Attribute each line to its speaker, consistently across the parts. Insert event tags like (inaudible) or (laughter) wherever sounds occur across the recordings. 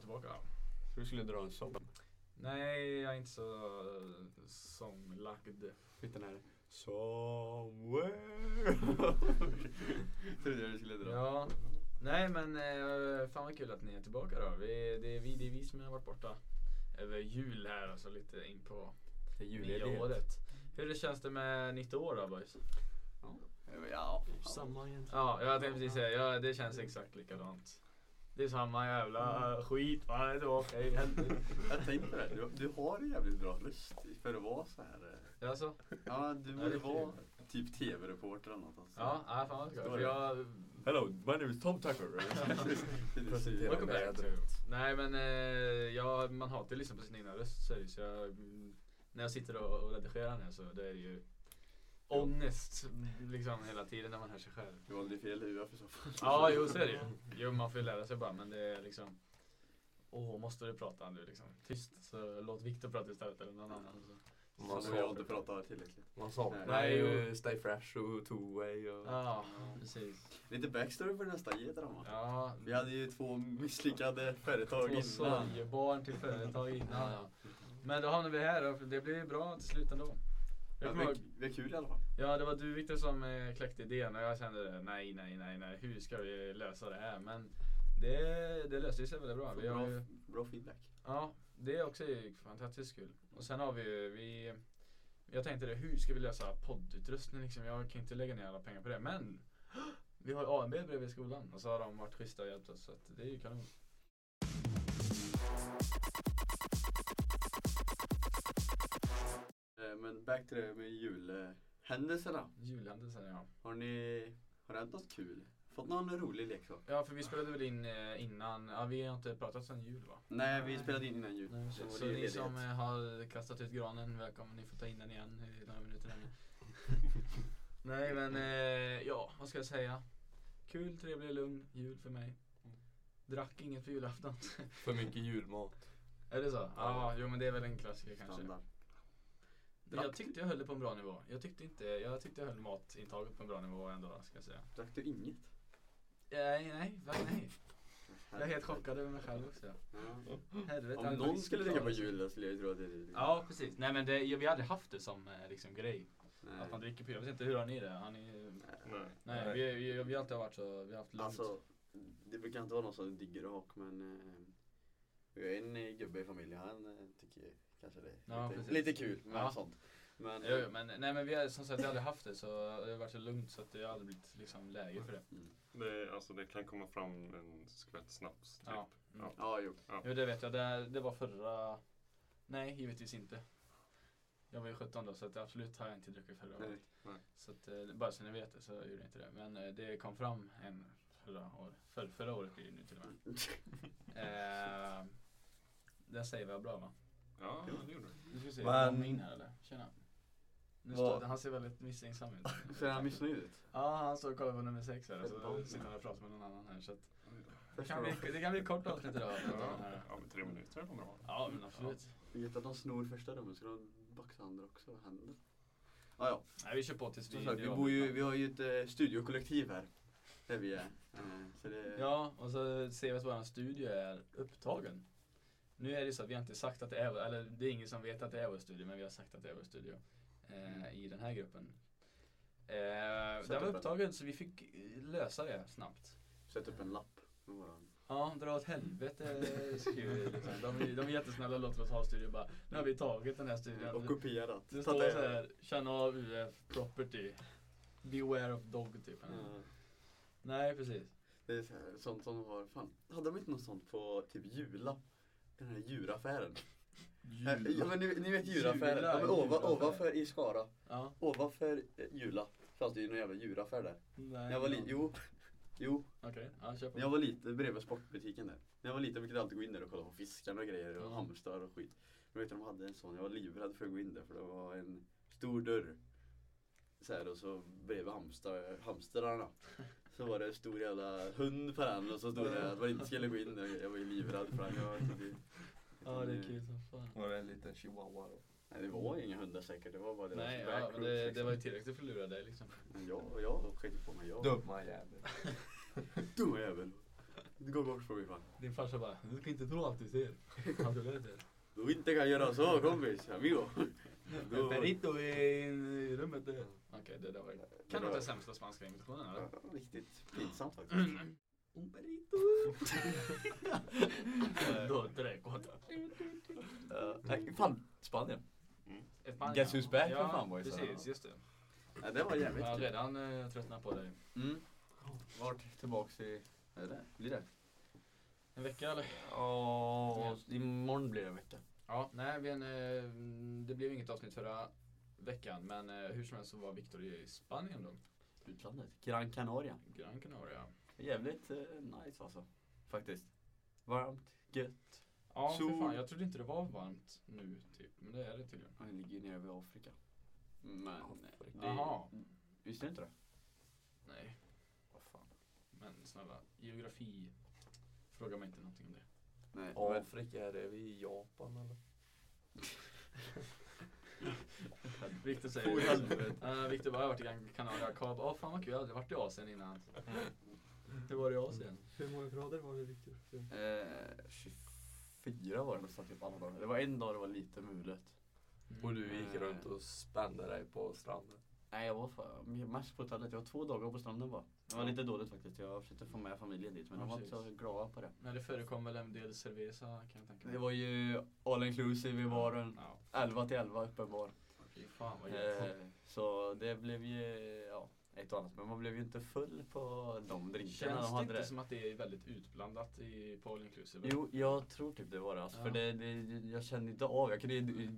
Speaker 1: tillbaka.
Speaker 2: Så du skulle dra en sång?
Speaker 1: Nej, jag är inte så eh, sånglagd.
Speaker 2: Fick den här Somewhere Trodde jag du skulle dra.
Speaker 1: Ja. Nej men eh, fan vad kul att ni är tillbaka då. Vi, det, är vi, det är vi som har varit borta över jul här och så lite in på
Speaker 2: Det är
Speaker 1: nya
Speaker 2: julledighet.
Speaker 1: året. Hur känns det med nytt år då boys?
Speaker 2: Ja, samma egentligen.
Speaker 1: Ja, jag tänkte precis säga, ja, det känns exakt likadant. Det är samma jävla skit, man är tillbaka i helvete.
Speaker 2: Jag tänkte på det, här, du, du har en jävligt bra röst för att vara så här. eh.
Speaker 1: Alltså,
Speaker 2: Ja, du
Speaker 1: det
Speaker 2: borde
Speaker 1: är
Speaker 2: vara typ tv-reporter eller något. Alltså.
Speaker 1: ja, ja, fan vad kul. För jag,
Speaker 2: Hello, my name is Tom (laughs) Tucker.
Speaker 3: Presenterar
Speaker 1: welcome
Speaker 3: mig.
Speaker 1: back to. Nej men eh, ja, man hatar ju att lyssna på sin egna röst säger jag, så jag, mm, När jag sitter och, och redigerar nu så det är ju ångest liksom hela tiden när man hör sig
Speaker 2: (laughs)
Speaker 1: själv.
Speaker 2: Du valde fel huvud för så fan.
Speaker 1: Ja, jo så är det ju. Jo, man får ju lära sig bara men det är liksom Åh, måste du prata nu liksom? Tyst, så låt Viktor prata istället eller någon annan. Så.
Speaker 3: Man
Speaker 2: Så jag inte
Speaker 3: saknar-
Speaker 2: pratar tillräckligt.
Speaker 3: Man saknar
Speaker 1: Nej,
Speaker 3: ju Stay Fresh och Two Way och...
Speaker 1: Ja, precis.
Speaker 2: Lite backstory för nästa getrama.
Speaker 1: Ja,
Speaker 2: Vi hade ju två misslyckade företag
Speaker 1: två
Speaker 2: innan.
Speaker 1: sorgebarn till företag innan. Ja. Men då hamnade vi här och det blev ju bra till slut ändå. Jag
Speaker 2: Ja,
Speaker 1: kommer
Speaker 2: det,
Speaker 1: ihåg-
Speaker 2: är, det är kul i alla fall.
Speaker 1: Ja, det var du Viktor som eh, kläckte idén och jag kände det, nej, nej, nej, nej, hur ska vi lösa det här? Men det, det löste sig väldigt bra. Vi har
Speaker 2: Bra,
Speaker 1: ju,
Speaker 2: bra feedback.
Speaker 1: ja, det är också fantastiskt kul. Och sen har vi ju, vi, jag tänkte det, hur ska vi lösa poddutrustning liksom? Jag kan inte lägga ner alla pengar på det, men vi har ju AMB bredvid skolan och så har de varit schyssta och hjälpt oss så att det är ju kanon.
Speaker 2: Eh, Men back till det med julhändelserna.
Speaker 1: Julhändelsen ja.
Speaker 2: Har ni har det hänt något kul? Fått någon rolig leksak?
Speaker 1: Ja, för vi spelade väl in eh, innan, ja, vi har inte pratat sedan jul va?
Speaker 2: Nej, vi spelade in innan jul.
Speaker 1: Nej,
Speaker 2: Så
Speaker 1: så
Speaker 2: det
Speaker 1: så
Speaker 2: är
Speaker 1: ni
Speaker 2: ledigt.
Speaker 1: som eh, har kastat ut granen, välkommen. Ni får ta in den igen i några minuter (laughs) längre. Nej men, eh, ja vad ska jag säga? Kul, trevlig, lugn jul för mig. Drack inget på julafton.
Speaker 3: För mycket julmat.
Speaker 1: är det så? Ja, ah, jo men det är väl en klassiker kanske.
Speaker 2: Standard.
Speaker 1: Men Jag tyckte jag höll det på en bra nivå. Jag tyckte, inte, jag tyckte jag höll matintaget på en bra nivå ändå, ska jag säga.
Speaker 2: Drack du inget?
Speaker 1: Eh, Nej, nej, va- nej. Jag är helt chockad över mig själv också.
Speaker 2: Ja.
Speaker 1: Helvete.
Speaker 2: Om
Speaker 1: jag
Speaker 2: någon
Speaker 1: visste
Speaker 2: skulle
Speaker 1: inte
Speaker 2: dricka på
Speaker 1: alls.
Speaker 2: julen skulle jag tro att det är
Speaker 1: Ja, precis. Nej men det, vi har aldrig haft det som eh, liksom, grej.
Speaker 2: Nej.
Speaker 1: Att man dricker på Jag vet inte, hur har ni det? Har ni...
Speaker 3: Nej.
Speaker 1: Nej, vi, vi, vi har alltid varit så, vi har haft lugnt.
Speaker 2: Alltså, det brukar inte vara någon som digger rak men eh, vi har en eh, gubbe i familjen, han eh, tycker ju kanske det är
Speaker 1: Ja, precis.
Speaker 2: lite, lite kul med
Speaker 1: Ja.
Speaker 2: sånt. Men,
Speaker 1: Jo, jo, men, nej men vi har som sagt vi har aldrig haft det så det har varit så lugnt så att det har aldrig blivit liksom läge för det.
Speaker 2: Mm.
Speaker 3: Det, är- alltså, det kan komma fram en skvätt snaps. Typ.
Speaker 1: Ja. Mm.
Speaker 3: Ja.
Speaker 2: Ja, jo.
Speaker 1: Jo det vet jag, det, det var förra... Nej givetvis inte. Jag var ju 17 då så att absolut har jag inte druckit förra året.
Speaker 2: Nej.
Speaker 1: Så att, eh, bara så ni vet det så gjorde jag inte det. Men eh, det kom fram en förra året, för, förra året blir det nu till och med. Eh, den säger vi var bra va?
Speaker 3: Ja, det gjorde du.
Speaker 1: Nu ska vi se,
Speaker 2: Men-
Speaker 1: kom in här eller? Tjena. Nu
Speaker 2: Vad?
Speaker 1: står, det- han ser väldigt misstänksam ut.
Speaker 2: Ser han missnöjd ut?
Speaker 1: Ja, han står och kollar på nummer sex här och så sitter han och pratar med någon annan här. Så att det, kan bli, det kan bli ett kort avsnitt idag.
Speaker 3: Ja, ja, men tre minuter var bra.
Speaker 1: Ja, men absolut.
Speaker 2: Vet att de snor första rummet så de baxar andra också. Vad händer? Ja, ja.
Speaker 1: Nej, vi kör på tills vi...
Speaker 2: Som sagt, vi,
Speaker 1: blir
Speaker 2: bor ju,
Speaker 1: avbrutna.
Speaker 2: vi har ju ett eh, studiokollektiv här. Där vi är. Eh, så det,
Speaker 1: Ja, och så ser vi att vår studio är upptagen. Nu är det så att vi har inte sagt att det är, eller det är ingen som vet att det är vår studio, men vi har sagt att det är vår studio
Speaker 2: Mm.
Speaker 1: eh, i den här gruppen. Eh, den var
Speaker 2: Setupen.
Speaker 1: upptagen så vi fick eh, lösa det snabbt.
Speaker 2: Sätt upp en lapp. Med våran.
Speaker 1: Ja, dra åt helvete skriver vi liksom. de, är- de är jättesnälla och låter oss ha studion bara, nu har vi tagit den här studion.
Speaker 2: Och kopierat.
Speaker 1: Det
Speaker 2: Tatuerat.
Speaker 1: står så här, känna av UF property. Beware of dog typ.
Speaker 2: Ja.
Speaker 1: Nej precis.
Speaker 2: Eh, Det är så här, sånt som har, fan, hade de inte något sånt på typ Jula? Den här djuraffären. Eh, Ja men ni, ni vet djuraffären,
Speaker 1: Jula,
Speaker 2: ja, men ova,
Speaker 1: djuraffär.
Speaker 2: ovanför i Skara,
Speaker 1: Ja.
Speaker 2: ovanför eh, Jula fanns det ju någon jävla djuraffär där.
Speaker 1: Nej.
Speaker 2: När jag var li- jo, jo,
Speaker 1: Okej, ja kör på.
Speaker 2: när jag var liten bredvid sportbutiken där. När jag var liten brukade jag alltid gå in där och kolla på fiskarna och grejer och
Speaker 1: Ja.
Speaker 2: hamstrar och skit. Men vet du, de hade en sån, jag var livrädd för att gå in där för det var en stor dörr. Så här, och så bredvid hamstar, hamstrarna så var det en stor jävla hund på den och så stod det att man inte skulle gå in där. Jag var ju livrädd för den. Jag, vet inte-
Speaker 1: Ja det är kul som fan.
Speaker 3: Var det en liten chihuahua då?
Speaker 2: Nej, det var inga hundar säkert, det var bara deras
Speaker 1: Nej, ja,
Speaker 2: backgroup,
Speaker 1: men det, det
Speaker 2: liksom.
Speaker 1: var ju tillräckligt för att lura dig liksom.
Speaker 2: Men jag, jag skiter på mig. Jag,
Speaker 3: Dumma jävel.
Speaker 2: dumma jävel.
Speaker 4: gå bort från mig fan.
Speaker 1: Din farsa bara, du kan inte tro allt du ser. Allt du läser.
Speaker 4: Du inte kan göra så kompis,
Speaker 2: (laughs)
Speaker 4: amigo. Då-
Speaker 1: Perito i i rummet där. Okej, det där var Kan du inte sämsta spanska imitationen eller?
Speaker 4: Ja, Riktigt pinsamt faktiskt.
Speaker 1: Un perito. (laughs) Då dräkåt.
Speaker 2: Eh, nej, fan, Spanien. Guess who's back för fan, boys.
Speaker 1: precis, just det.
Speaker 4: Ja, det var jävligt
Speaker 1: Jag har
Speaker 4: kul.
Speaker 1: redan eh, tröttnat på dig.
Speaker 4: Mm.
Speaker 2: Vart tillbaks i...
Speaker 4: Ja, det blir det.
Speaker 1: En vecka eller?
Speaker 2: Ja, imorgon blir det en vecka.
Speaker 1: Ja, nej, men, eh, det blev inget avsnitt förra veckan. Men eh, hur som helst så var Viktor i Spanien då.
Speaker 2: Utlandet. Gran Canaria.
Speaker 1: Gran Canaria.
Speaker 2: Jävligt eh, nice alltså. Faktiskt. Varmt, gött.
Speaker 1: Ja,
Speaker 4: Så-
Speaker 1: för fan. Jag trodde inte det var varmt nu, typ. Men det är det tydligen.
Speaker 2: Han ligger ju nere vid Afrika.
Speaker 4: Men
Speaker 2: Afrika.
Speaker 4: det,
Speaker 1: Jaha.
Speaker 2: eh, Visste du inte det?
Speaker 1: Nej,
Speaker 2: Vad fan.
Speaker 1: men snälla. Geografi. Fråga mig inte någonting om det.
Speaker 4: nej, men,
Speaker 2: Afrika, är det vid Japan eller?
Speaker 1: Viktor
Speaker 4: Oh,
Speaker 1: säger
Speaker 4: helvete.
Speaker 1: uh, Viktor bara, jag har varit i Gran Canaria. Kab, åh fan vad kul. Jag har aldrig varit i Asien innan. Hur var det i Asien?
Speaker 5: Hur många grader var det Viktor?
Speaker 2: Eh, 24 var det nästan typ alla dagar. Det var en dag det var lite mulet.
Speaker 1: Mm.
Speaker 5: Och du gick
Speaker 2: Eh.
Speaker 5: runt och spände dig på stranden.
Speaker 2: Nej jag var fan, mest på hotellet. Jag var två dagar på stranden bara. Det var lite dåligt faktiskt. Jag försökte få med familjen dit men
Speaker 1: Ja,
Speaker 2: de var inte
Speaker 1: precis.
Speaker 2: så glada på det.
Speaker 1: Men det förekom väl en del cerveza kan jag tänka mig.
Speaker 2: Det var ju all inclusive i baren.
Speaker 1: Ja,
Speaker 2: 11 till 11 öppen bar.
Speaker 1: fy fan vad gött.
Speaker 2: Eh, så det blev ju, ja, ett och annat. Men man blev ju inte full på de drinkarna
Speaker 1: Känns
Speaker 2: de
Speaker 1: det
Speaker 2: hade
Speaker 1: inte
Speaker 2: det.
Speaker 1: som att det är väldigt utblandat i, på all inclusive?
Speaker 2: Jo, jag tror typ det var det. Alltså, För
Speaker 1: Ja.
Speaker 2: det, det, jag kände inte av. Jag, kunde,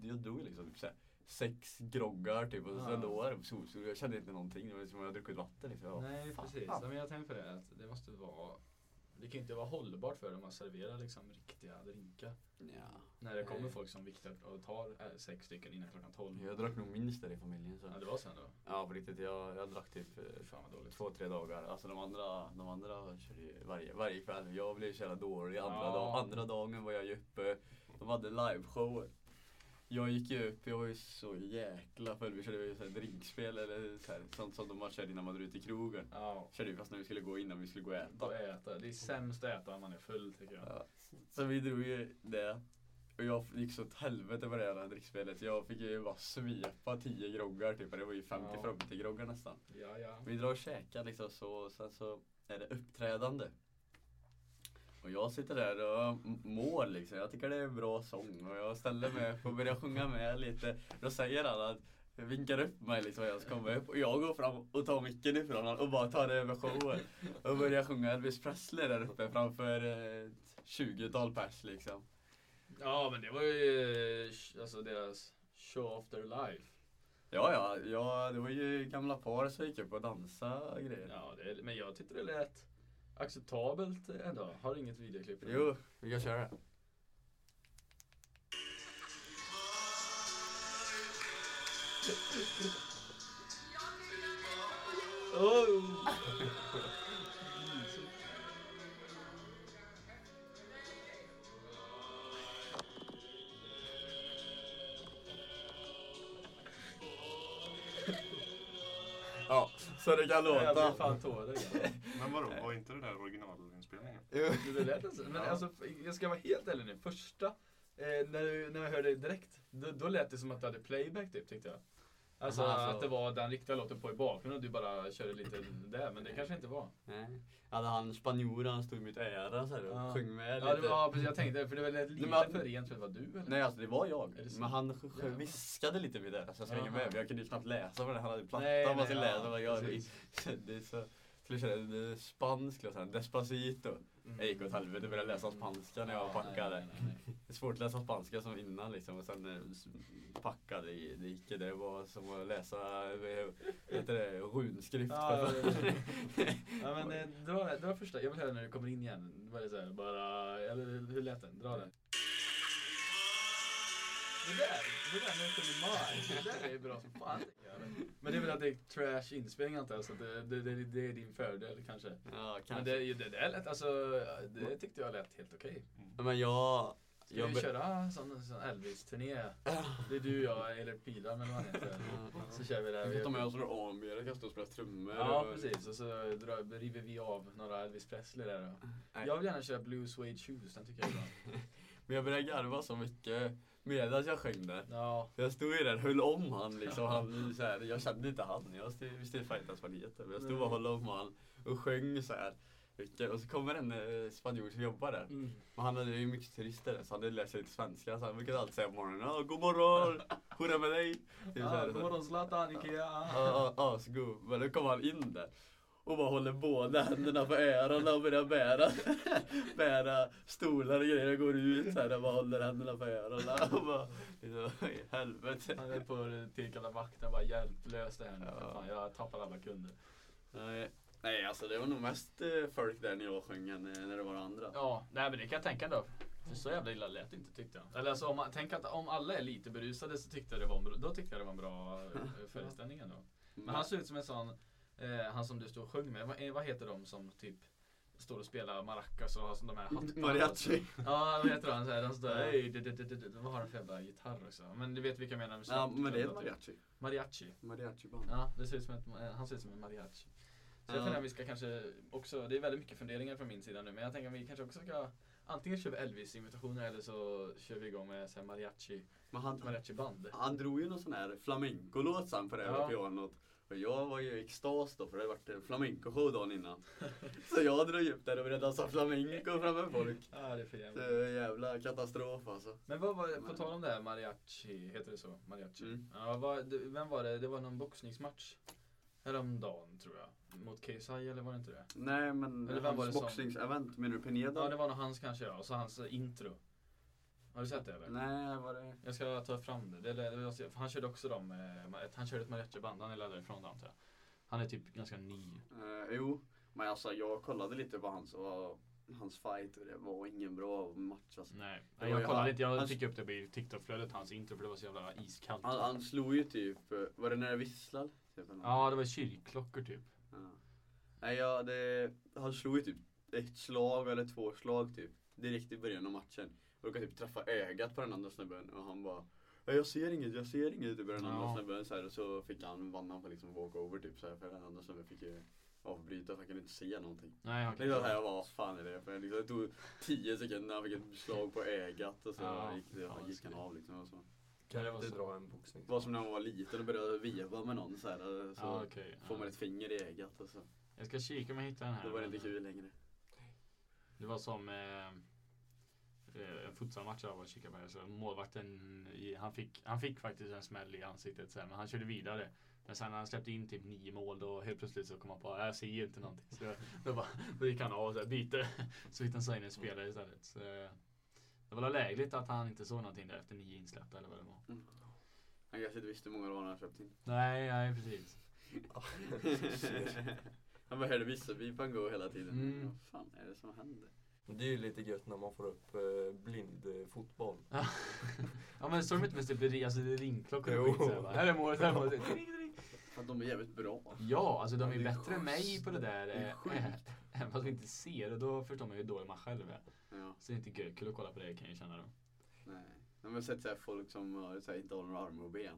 Speaker 2: jag drog liksom typ såhär, sex groggar typ och sen
Speaker 1: Ja.
Speaker 2: då var det solsol. Jag kände inte någonting. Det var som om jag hade druckit vatten. Liksom. Jag bara,
Speaker 1: Nej
Speaker 2: fan.
Speaker 1: precis, ja, men jag tänkte på det att det måste vara Det kan ju inte vara hållbart för dem att servera liksom riktiga drinkar
Speaker 2: Nja.
Speaker 1: När det kommer
Speaker 2: Nej.
Speaker 1: folk som viktar och tar eh, sex stycken innan klockan 12
Speaker 2: Jag drack nog minst där i familjen. Så.
Speaker 1: Ja det var sen då,
Speaker 2: Ja på riktigt, jag, jag drack typ
Speaker 1: Fy
Speaker 2: eh,
Speaker 1: fan vad dåligt
Speaker 2: två, tre dagar. Alltså de andra, de andra körde ju varje, varje kväll. Jag blev så jävla dålig. Andra,
Speaker 1: Ja.
Speaker 2: dag, andra dagen var jag ju uppe. De hade liveshower. Jag gick ju upp, jag var ju så jäkla full. Vi körde ju så här drinkspel eller så här, sånt som man körde innan man drog ut i krogen.
Speaker 1: Ja,
Speaker 2: Körde ju fast när vi skulle gå innan vi skulle gå och
Speaker 1: då
Speaker 2: äta.
Speaker 1: äta, det är sämst att äta när man är full tycker jag
Speaker 2: Ja. Så vi drog ju det. Och jag gick så åt helvete på det jävla drickspelet. Jag fick ju bara svepa 10 groggar typ. Och Det var ju 50-50 groggar nästan.
Speaker 1: Ja ja
Speaker 2: Vi drar och käkar liksom så, sen så är det uppträdande. Och jag sitter där och m- mår liksom. Jag tycker det är en bra sång och jag ställer mig upp och börjar sjunga med lite. Då säger han att vinkar upp mig liksom och jag ska komma upp och jag går fram och tar micken ifrån honom och bara tar över showen. Och börjar sjunga Elvis Presley där uppe framför eh, ett 20-tal pers liksom.
Speaker 1: Ja men det var ju eh, alltså deras show of their life
Speaker 2: Ja, ja, ja, det var ju gamla par som gick upp och dansade och grejer.
Speaker 1: Ja det, men jag tyckte det lät acceptabelt ändå, har inget videoklipp på det.
Speaker 2: Jo, vi kan köra det.
Speaker 1: Oh!
Speaker 2: Ja, Oh, så det
Speaker 1: Jag
Speaker 2: kan
Speaker 1: blir
Speaker 2: låta.
Speaker 1: fan tårögd
Speaker 2: (laughs)
Speaker 1: igen.
Speaker 3: Men vadå, var inte det där originalinspelningen?
Speaker 2: Jo.
Speaker 1: Det lät alltså, men alltså, jag ska vara helt ärlig nu. Första, eh, när, du, när jag hörde det direkt, då, då lät det som att du hade playback typ tyckte jag. Alltså,
Speaker 2: Aha, alltså.
Speaker 1: att det var den riktiga låten på i bakgrunden och du bara körde lite där, men det kanske inte var.
Speaker 2: Nej. Hade han spanjoren, han stod i mitt öra så här, och
Speaker 1: Ja.
Speaker 2: sjöng med
Speaker 1: Ja,
Speaker 2: lite.
Speaker 1: det var, precis, jag tänkte för det lät lite
Speaker 2: Nej, men-
Speaker 1: för rent för att det var du eller?
Speaker 2: Nej alltså det var jag.
Speaker 1: Är det så?
Speaker 2: Men han sj- sj-
Speaker 1: Jävlar.
Speaker 2: viskade lite i mitt öra så jag slängde
Speaker 1: Jaha.
Speaker 2: med. Jag kunde ju knappt läsa vad det han hade
Speaker 1: Nej,
Speaker 2: plattan på
Speaker 1: nej,
Speaker 2: sin
Speaker 1: ja,
Speaker 2: läder. och jag
Speaker 1: precis.
Speaker 2: det är (laughs) så... Skulle köra en eh, spansk låt sen, Despacito.
Speaker 1: Mm.
Speaker 2: Jag gick åt helvete och började läsa spanska när jag
Speaker 1: Ja, nej,
Speaker 2: packade.
Speaker 1: nej, nej, nej.
Speaker 2: Det är svårt att läsa spanska som innan liksom och sen eh, s- packade, det det gick det var som att läsa, eh, vad heter det, runskrift.
Speaker 1: Ja, ja, Ja, men eh, dra, dra första, jag vill höra när du kommer in igen. Var det så här, bara, eller hur lät den? Dra den. Det där, det där nu kommer maj. Det där är bra som fan tycker jag. Men det är väl att det är trash inspelning antar jag, så att det, det, det, det är din fördel kanske.
Speaker 2: (laughs) ja,
Speaker 1: Men
Speaker 2: kanske.
Speaker 1: det, det där lät, alltså, det tyckte jag lät helt okej.
Speaker 2: Men jag,
Speaker 1: Ska
Speaker 2: Jag
Speaker 1: vi
Speaker 2: be-
Speaker 1: köra sån, sån Elvis-turné? Det är du, jag, eller Pilar men vad han heter. Så kör vi det.
Speaker 2: Jag får ta med
Speaker 1: här.
Speaker 2: oss några amier och kasta och spela trummor.
Speaker 1: Ja
Speaker 2: och-
Speaker 1: precis, och så drar, river vi av några Elvis Presley där. då.
Speaker 2: Nej.
Speaker 1: Jag vill gärna köra Blue Suede Shoes, den tycker jag är bra.
Speaker 2: Men jag började garva så mycket medan jag sjöng där.
Speaker 1: Ja,
Speaker 2: Jag stod ju där och höll om han
Speaker 1: (laughs)
Speaker 2: liksom. Han, så här, jag kände inte han. Jag stod- visste inte fajtas vad det heter. Men jag stod bara och höll om han och sjöng så här. mycket. Och så kommer en eh, spanjor som jobbar
Speaker 1: Mm.
Speaker 2: där. Men han hade ju mycket turister där, så han hade lärt sig lite svenska. Så han brukade alltid säga på morgonen "Ja, God morgon! Hurra med dig! Typ så
Speaker 1: ah,
Speaker 2: här.
Speaker 1: god morgon Zlatan, Ikea.
Speaker 2: Ja, ja, asgod. Men då kom han in där och bara håller båda händerna på öronen och börjar bära, (laughs) bära stolar och grejer. Jag går ut så här och bara håller händerna på öronen. (laughs) Och bara, liksom, i helvete.
Speaker 1: Han är på att tillkalla vakten bara hjälp, lös det här nu. för
Speaker 2: Ja.
Speaker 1: Fan, jag tappar alla kunder.
Speaker 2: Nej, nej, alltså det var nog mest eh, folk där när jag sjöng än eh, när det var andra.
Speaker 1: Ja, nej men det kan jag tänka då. För så jävla illa lät det inte tyckte jag. Eller alltså om man, tänk att om alla är lite berusade så tyckte jag det var en, bra- då tyckte jag det var en bra eh, föreställning ändå. Men han ser ut som en sån, eh, han som du stod och sjöng med, vad, eh, vad heter de som typ står och spelar maracas och har som de här hattband?
Speaker 2: Mariachi.
Speaker 1: Ja, vad heter han? Så här, de står
Speaker 2: Ja.
Speaker 1: hej, du- du- du- du- du." vad har de för jävla gitarr också? Men du vet vilka jag menar? med
Speaker 2: Ja, men det är
Speaker 1: typ.
Speaker 2: mariachi.
Speaker 1: Mariachi.
Speaker 2: Mariachi-band.
Speaker 1: Ja, det ser ut som ett, eh, han ser ut som en mariachi. Så jag
Speaker 2: Ja.
Speaker 1: funderar om vi ska kanske också, det är väldigt mycket funderingar från min sida nu, men jag tänker att vi kanske också ska antingen kör vi Elvis-imitationer eller så kör vi igång med så här mariachi,
Speaker 2: Men han,
Speaker 1: mariachi-band.
Speaker 2: han drog ju någon sån här flamenco-låt sen på det här
Speaker 1: Ja.
Speaker 2: pianot. Och jag var ju i extas då för det hade varit en flamenco-show dagen innan. (laughs) Så jag drog upp där och började dansa flamenco framför folk.
Speaker 1: Ja, det är för
Speaker 2: Så
Speaker 1: jävligt.
Speaker 2: jävla katastrof alltså.
Speaker 1: Men vad var det, på tal om det här mariachi, heter det så? Mariachi?
Speaker 2: Mm.
Speaker 1: Ja, vad, det- vem var det? Det var någon boxningsmatch häromdagen tror jag. Mot KSI eller var det inte det?
Speaker 2: Nej men
Speaker 1: Eller vem var det
Speaker 2: hans
Speaker 1: som-
Speaker 2: boxningsevent, menar du Pineda?
Speaker 1: Ja, det var nog hans kanske ja, och så hans eh, intro. Har du sett det eller?
Speaker 2: Nej, var det...
Speaker 1: Jag ska ta fram det. det, det, det för han körde också dem, eh, ett- han körde ett mariachiband, han är därifrån det antar jag. Han är typ ganska ny.
Speaker 2: Eh, jo, men alltså jag kollade lite på hans, och, hans fight och det var ingen bra match alltså.
Speaker 1: Nej,
Speaker 2: Det var
Speaker 1: jag
Speaker 2: ju
Speaker 1: kollade
Speaker 2: han-
Speaker 1: inte, jag
Speaker 2: han-
Speaker 1: fick upp det i TikTok-flödet, hans intro, för det var så jävla iskallt.
Speaker 2: Han, han slog ju typ, eh, var det när det visslade? Typ, eller?
Speaker 1: Ja, det var kyrkklockor typ.
Speaker 2: Ja. Nej, ja, det, han slog ju typ ett slag eller två slag typ direkt i början av matchen. Och råkade typ träffa ögat på den andra snubben och han bara "Ja, jag ser inget, jag ser inget typ i den andra
Speaker 1: Ja.
Speaker 2: snubben så här, och så fick han, vann han på liksom walkover typ så här, för den andra snubben fick ju avbryta för han kunde inte se någonting.
Speaker 1: Nej, han
Speaker 2: Det var här jag bara, vad fan är det? För liksom, det tog 10 sekunder när han fick ett slag på ögat och så
Speaker 1: Ja,
Speaker 2: gick, det,
Speaker 1: fan,
Speaker 2: gick han
Speaker 1: skri-
Speaker 2: av liksom. Och så.
Speaker 5: Kan
Speaker 1: Det var
Speaker 5: inte
Speaker 1: så.
Speaker 5: dra en boxning.
Speaker 2: Det var som när man var liten och började veva med någon så här, och så
Speaker 1: Ja, okej.
Speaker 2: får man
Speaker 1: Ja.
Speaker 2: ett finger i ögat och så.
Speaker 1: Jag ska kika om jag hittar den här.
Speaker 2: Då var det inte kul längre.
Speaker 1: Det var som eh, eh, en futsalmatch jag var och kikade på. Så målvakten, i, han, fick, han fick faktiskt en smäll i ansiktet sen, men han körde vidare. Men sen när han släppte in typ nio mål då helt plötsligt så kom han på "Äh, jag ser ju inte någonting. Så då, då, bara, (laughs) då gick han av och så här, byte. (laughs) Så hittade han sig in en spelare istället. Så, eh, det var väl lägligt att han inte såg någonting där efter nio insläppta eller vad det var.
Speaker 2: Han kanske inte visste hur många det var han hade
Speaker 1: (laughs)
Speaker 2: köpt in.
Speaker 1: Nej, nej precis.
Speaker 2: han bara hörde visselpipan gå hela tiden.
Speaker 1: Mm.
Speaker 2: Vad fan är det som händer?
Speaker 5: Det är ju lite gött när man får upp eh, blindfotboll.
Speaker 1: (laughs) Ja men såg de inte mest typ ri- alltså, ringklockor
Speaker 5: Jo.
Speaker 1: och skit? så här, bara, Här är målet, här är målet. (laughs) Ding, ding.
Speaker 2: För att de är jävligt bra.
Speaker 1: Ja, alltså de
Speaker 5: Ja,
Speaker 1: är
Speaker 5: det är
Speaker 1: bättre än mig
Speaker 5: sjukt.
Speaker 1: på det där.
Speaker 2: Det är
Speaker 1: eh, (laughs)
Speaker 2: sjukt.
Speaker 1: Även fast vi inte ser och då förstår man ju hur dålig man själv är.
Speaker 2: Ja,
Speaker 1: Så det är inte kul att kolla på det kan jag ju känna (laughs) då.
Speaker 2: nej. Man har sett så här folk som har, så här, inte har några armar och ben.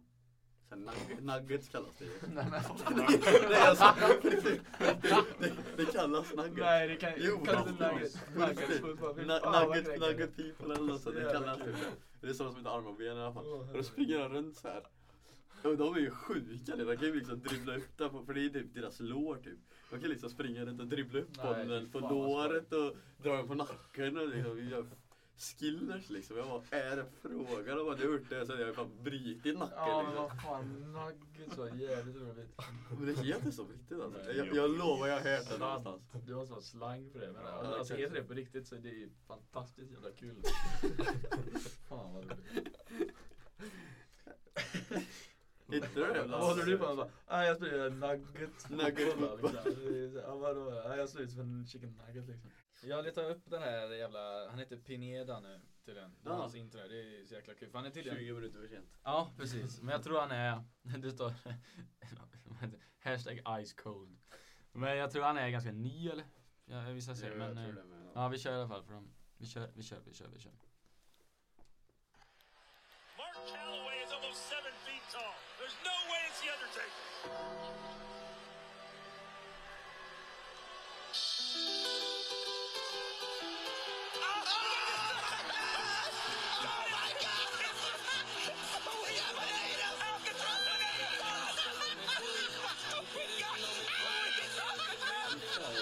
Speaker 2: Så här, nugget, nuggets kallas det ju.
Speaker 1: (laughs) Nej, men,
Speaker 2: (laughs) nej alltså, på riktigt, på riktigt. det, det kallas nuggets.
Speaker 1: Nej det kan
Speaker 2: Jo,
Speaker 1: kan inte
Speaker 2: fan.
Speaker 1: nuggets.
Speaker 2: På
Speaker 1: Nuggets
Speaker 2: riktigt.
Speaker 1: fotboll. Fy
Speaker 2: Nu-
Speaker 1: fan, vad
Speaker 2: Nugget,
Speaker 1: kränkande.
Speaker 2: nugget people eller något sånt. Det
Speaker 1: Jävla
Speaker 2: kallas
Speaker 1: kul.
Speaker 2: typ det. Det är sådana som inte har armar och ben i alla fall.
Speaker 5: Åh,
Speaker 2: Och då springer de runt så här. Och de är ju sjuka, de kan ju liksom dribbla upp den, på- för det är typ deras lår typ. De kan liksom springa runt och dribbla upp
Speaker 1: Nej,
Speaker 2: bollen
Speaker 1: fy
Speaker 2: på
Speaker 1: fan, vad
Speaker 2: låret och dra den på nacken och liksom gör skillers liksom. Jag bara, är det frågan om att jag har gjort det sen jag har fan brutit
Speaker 1: Ja
Speaker 2: nacken
Speaker 1: men
Speaker 2: liksom.
Speaker 1: vad fan, nuggets var jävligt roligt.
Speaker 2: Men det heter så på riktigt alltså.
Speaker 1: Nej,
Speaker 2: Jag, jag lovar, jag har hört det någonstans.
Speaker 1: Du har sån slang för det. Men
Speaker 2: Ja,
Speaker 1: alltså
Speaker 2: exakt.
Speaker 1: heter det på riktigt så är det ju fantastiskt jävla
Speaker 2: (laughs)
Speaker 1: kul. Fan vad roligt.
Speaker 2: Hittar du det? Alltså,
Speaker 1: Vad håller du på med? Bara, "Ah, Jag spelar nuggets.
Speaker 2: Nuggets
Speaker 1: Kolla, liksom. Det är så- Ja, vadå? Ja, Jag ser ut som en chicken nugget liksom. Jag letar upp den här jävla, han heter Pineda nu tydligen. Det var
Speaker 2: Ja.
Speaker 1: Hans intro, här. det är så jäkla kul. För han är tydligen,
Speaker 2: 20 minuter för sent.
Speaker 1: ja precis. Men jag tror han är, (laughs) det står hashtag ice cold. Men jag tror han är ganska ny eller? Ja, vissa säger men. eh,
Speaker 2: med.
Speaker 1: Ja vi kör i alla fall för dem. Vi kör, vi kör, vi kör, vi kör.
Speaker 6: Callaway is almost seven feet tall. There's no way it's the Undertaker.
Speaker 7: Oh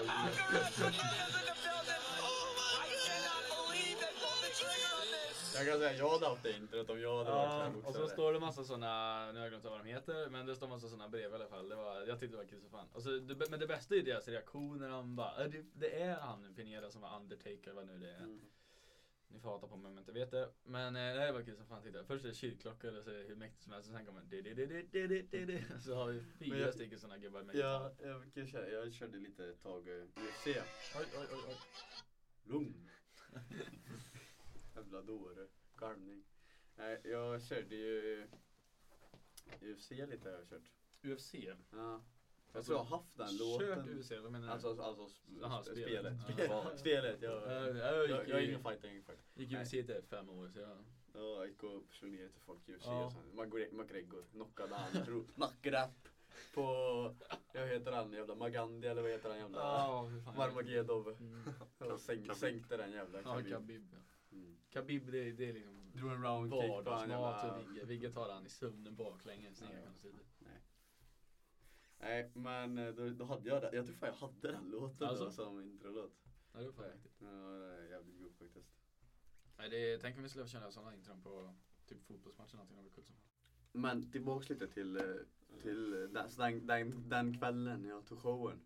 Speaker 1: eh,
Speaker 2: Jag kan säga, jag hade haft det introt om jag hade varit så
Speaker 1: Ja,
Speaker 2: här
Speaker 1: och så
Speaker 2: boxare.
Speaker 1: står det massa såna, nu har jag glömt vad de heter, men det står massa såna brev i alla fall. Det var, jag tyckte det var kul som fan. Och så, det, men det bästa är deras reaktioner, han bara, "Ja, det, det är han Pineda som var Undertaker, vad nu det är.
Speaker 2: Mm.
Speaker 1: Ni får hata på mig om jag inte vet det. Men eh, det här var kul som fan tyckte jag. Först är det kyrkklocka eller så är det hur mäktigt som helst och sen kommer det, det, det, det, det, det, det, det. Så har vi fyra
Speaker 2: Men jag-
Speaker 1: stycken såna gubbar med
Speaker 2: Ja, jag, kan köra, jag körde lite ett tag eh, UFC.
Speaker 1: Oj, oj, oj, oj.
Speaker 2: Lugn. (laughs) Jävla dåre. Galning. Nej, jag körde ju UFC lite har jag kört.
Speaker 1: UFC.
Speaker 2: Ja. Alltså, Jag tror jag har haft den
Speaker 1: Kört
Speaker 2: låten.
Speaker 1: UFC, vad menar du?
Speaker 2: Alltså, alltså sp-
Speaker 1: Jaha,
Speaker 2: sp-
Speaker 1: spelet.
Speaker 2: spelet.
Speaker 1: Ja.
Speaker 2: Spelet, spelet.
Speaker 1: jag,
Speaker 2: Jag,
Speaker 1: jag,
Speaker 2: jag, jag är
Speaker 1: gick,
Speaker 2: ingen fighter, ingen fighter.
Speaker 1: gick UFC i typ fem år så jag...
Speaker 2: Ja, jag gick och slog ner till folk i UFC
Speaker 1: Ja.
Speaker 2: och sen McGre- McGregor knockade han, ro- knackrapp på, jag heter han jävla Magandi eller vad heter han jävla?
Speaker 1: Ja, hur fan.
Speaker 2: Marmagedov.
Speaker 1: Mm.
Speaker 2: Och sänk,
Speaker 3: Khabib.
Speaker 2: sänkte den jävla
Speaker 1: Ja,
Speaker 2: Khabib.
Speaker 1: Khabib. ja.
Speaker 2: Mm.
Speaker 1: Khabib det, är- det är liksom
Speaker 2: Drog en round kick på han
Speaker 1: vardagsmat för
Speaker 2: jävla...
Speaker 1: Vigge. Vigge tar han i sömnen baklänges.
Speaker 2: Ja.
Speaker 1: Ja. Konstigt.
Speaker 2: Nej men eh, då, då hade jag den, jag tror fan jag hade den låten
Speaker 1: Alltså?
Speaker 2: då, som introlåt.
Speaker 1: Ja, det var fan
Speaker 2: Nej.
Speaker 1: mäktigt.
Speaker 2: Ja, den är jävligt god faktiskt.
Speaker 1: Nej, det är, tänk om vi skulle köra sådana intron på typ fotbollsmatcher eller någonting. Det hade varit kul som fan.
Speaker 2: Men tillbaks lite till, eh, till eh, den, den, den, den kvällen när jag tog showen.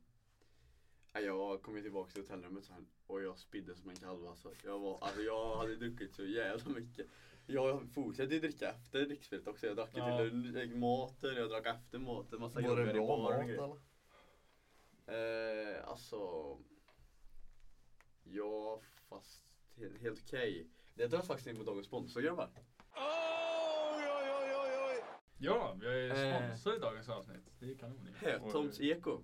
Speaker 2: Ja, Jag kom ju tillbaka till hotellrummet sen och jag spydde som en kalv alltså. Jag, var, alltså, jag hade druckit så jävla mycket. Jag fortsatte ju dricka efter drickspelet också. Jag drack ju
Speaker 1: Ja.
Speaker 2: till lunch, jag drack maten, jag drack efter maten, massa
Speaker 5: Var det
Speaker 2: groggar i
Speaker 5: bra
Speaker 2: baren och
Speaker 5: mat
Speaker 2: grejer.
Speaker 5: eller?
Speaker 2: Eh, alltså... Ja, fast he- helt okej. Det drar faktiskt in på dagens sponsor grabbar.
Speaker 1: Ja, vi har ju
Speaker 2: Eh.
Speaker 1: sponsor i dagens avsnitt. Det är kanon ju.
Speaker 2: Hötorps Eko.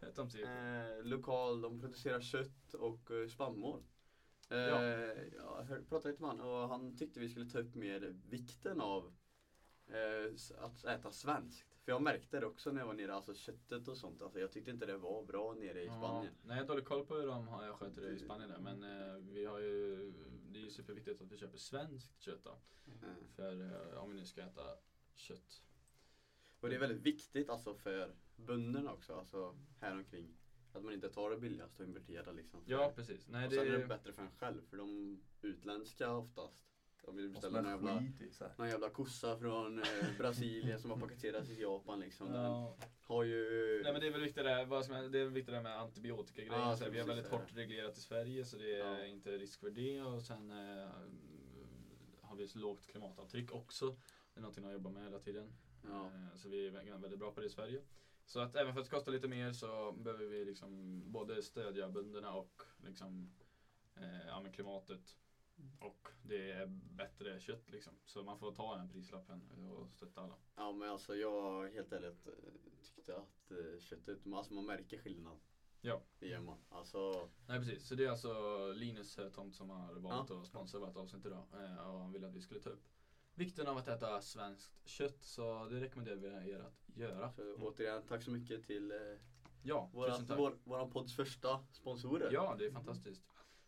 Speaker 1: Hett om sig.
Speaker 2: Eh, lokal, de producerar kött och eh, spannmål. Eh,
Speaker 1: Ja.
Speaker 2: Jag hörde, pratade lite med han och han tyckte vi skulle ta upp mer vikten av eh, s- att äta svenskt. För jag märkte det också när jag var nere, alltså köttet och sånt. Alltså, jag tyckte inte det var bra nere i Spanien.
Speaker 1: Ja, nej, jag har dålig koll på hur de har- sköter det i Spanien där. Men eh, vi har ju, det är ju superviktigt att vi köper svenskt kött då.
Speaker 2: Eh,
Speaker 1: För eh, om vi nu ska äta kött.
Speaker 2: Och det är väldigt viktigt alltså för bönderna också, alltså här omkring. Att man inte tar det billigaste och importerar liksom.
Speaker 1: Ja, precis. Nej,
Speaker 2: och sen är
Speaker 1: det
Speaker 2: det bättre för en själv, för de utländska oftast. De vill beställa
Speaker 1: Alltså,
Speaker 2: någon
Speaker 5: Sån här
Speaker 2: jävla,
Speaker 5: skit i så här.
Speaker 2: någon jävla kossa
Speaker 1: (laughs)
Speaker 2: från eh, Brasilien som har paketerats i Japan liksom. Den
Speaker 1: Ja.
Speaker 2: har ju...
Speaker 1: Nej men det är väl viktigt det här, vad som är, det är väl viktigt det här med antibiotikagrejen.
Speaker 2: Ja,
Speaker 1: så här, vi har
Speaker 2: precis,
Speaker 1: väldigt
Speaker 2: det är
Speaker 1: hårt reglerat i Sverige så det är
Speaker 2: Ja.
Speaker 1: inte risk för det. Och sen eh, har vi ett lågt klimatavtryck också. Det är någonting jag jobbar med hela tiden.
Speaker 2: Ja.
Speaker 1: Eh, så vi är vä- väldigt bra på det i Sverige. Så att även för att det kostar lite mer så behöver vi liksom både stödja bönderna och liksom, eh, ja, men klimatet.
Speaker 2: Mm.
Speaker 1: Och det är bättre kött liksom. Så man får ta den prislappen och stötta alla.
Speaker 2: Ja men alltså jag helt ärligt eh, tyckte att eh, köttet, man- alltså man märker skillnad.
Speaker 1: Ja.
Speaker 2: Det gör man. Alltså,
Speaker 1: Nej precis, så det är alltså Linus eh, Tomt som har valt att sponsra vårt avsnitt idag eh, och han ville att vi skulle ta upp vikten av att äta svenskt kött så det rekommenderar vi er att göra.
Speaker 2: så, återigen tack så mycket till eh,
Speaker 1: Ja, Mm. tusen
Speaker 2: våra,
Speaker 1: tack.
Speaker 2: vår, våran podds första sponsorer.
Speaker 1: Ja, det är fantastiskt.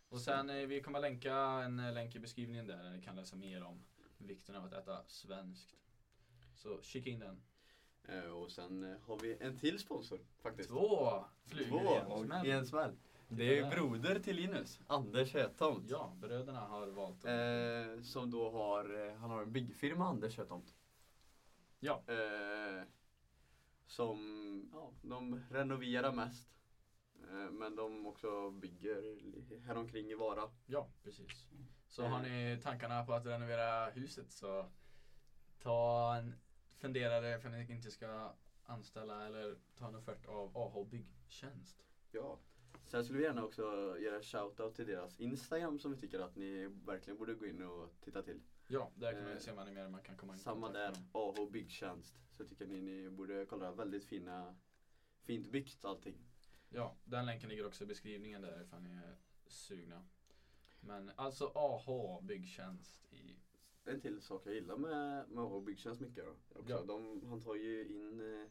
Speaker 1: Och sen eh, vi kommer länka en eh, länk i beskrivningen där där ni kan läsa mer om vikten av att äta svenskt. Så kika in den.
Speaker 2: Eh, och sen eh, har vi en till sponsor faktiskt.
Speaker 1: Två flugor i en
Speaker 2: i
Speaker 1: smäll.
Speaker 2: en smäll.
Speaker 8: Det är broder till Linus, Anders Hötomt.
Speaker 1: Ja, bröderna har valt att...
Speaker 2: Eh,
Speaker 8: Som då har, eh, han har en byggfirma Anders Hötomt.
Speaker 2: eh, som, ja, de renoverar mest. Eh, men de också bygger li- häromkring i Vara.
Speaker 9: Mm.
Speaker 1: Ja, precis. Så
Speaker 2: Eh.
Speaker 1: har ni tankarna på att renovera huset så ta en funderare för att ni inte ska anställa eller ta en offert av AH Byggtjänst.
Speaker 2: Ja. Sen skulle vi gärna också göra shoutout till deras Instagram som vi tycker att ni verkligen borde gå in och titta till.
Speaker 1: Ja, där kan man
Speaker 2: Eh,
Speaker 1: se om man är med man kan komma i
Speaker 2: Samma
Speaker 1: kontakt
Speaker 2: där,
Speaker 1: med dem.
Speaker 2: AH Byggtjänst. Så tycker ni ni borde kolla väldigt fina, fint byggt allting.
Speaker 1: Ja, den länken ligger också i beskrivningen där ifall ni är sugna. Men alltså AH Byggtjänst i
Speaker 9: en till sak jag gillar med, med Hobbygsens mycket då. Också.
Speaker 1: Ja.
Speaker 9: De, han tar ju in eh,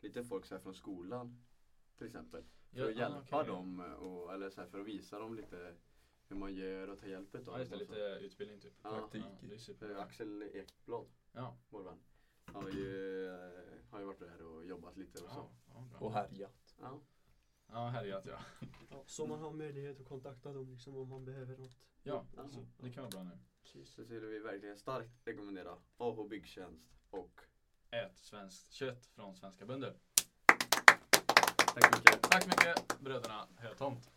Speaker 9: lite folk så här från skolan till exempel. För
Speaker 1: Ja,
Speaker 9: att hjälpa
Speaker 1: ah, okej.
Speaker 9: dem, eh, och, eller så här, för att visa dem lite hur man gör och ta hjälp utav
Speaker 1: Ja just det,
Speaker 9: dem. och så.
Speaker 1: lite utbildning typ.
Speaker 9: Ja.
Speaker 1: ja det är
Speaker 9: Eh,
Speaker 1: super.
Speaker 9: Axel Ekblad,
Speaker 1: Ja.
Speaker 9: vår vän. Han har ju, eh, har ju varit där och jobbat lite och så.
Speaker 1: Ja, ja, bra.
Speaker 5: Och härjat.
Speaker 9: Ja.
Speaker 1: Ja, härjat ja.
Speaker 10: Ja, så man har möjlighet att kontakta dem liksom om man behöver
Speaker 5: Mm.
Speaker 10: något. Alltså,
Speaker 1: Ja,
Speaker 9: Ja.
Speaker 1: så det kan vara bra nu.
Speaker 10: Precis.
Speaker 9: Så skulle vi verkligen starkt rekommendera AH Byggtjänst och
Speaker 1: Ät svenskt kött från svenska bönder.
Speaker 9: Tack så mycket.
Speaker 1: Tack mycket bröderna Hötomt.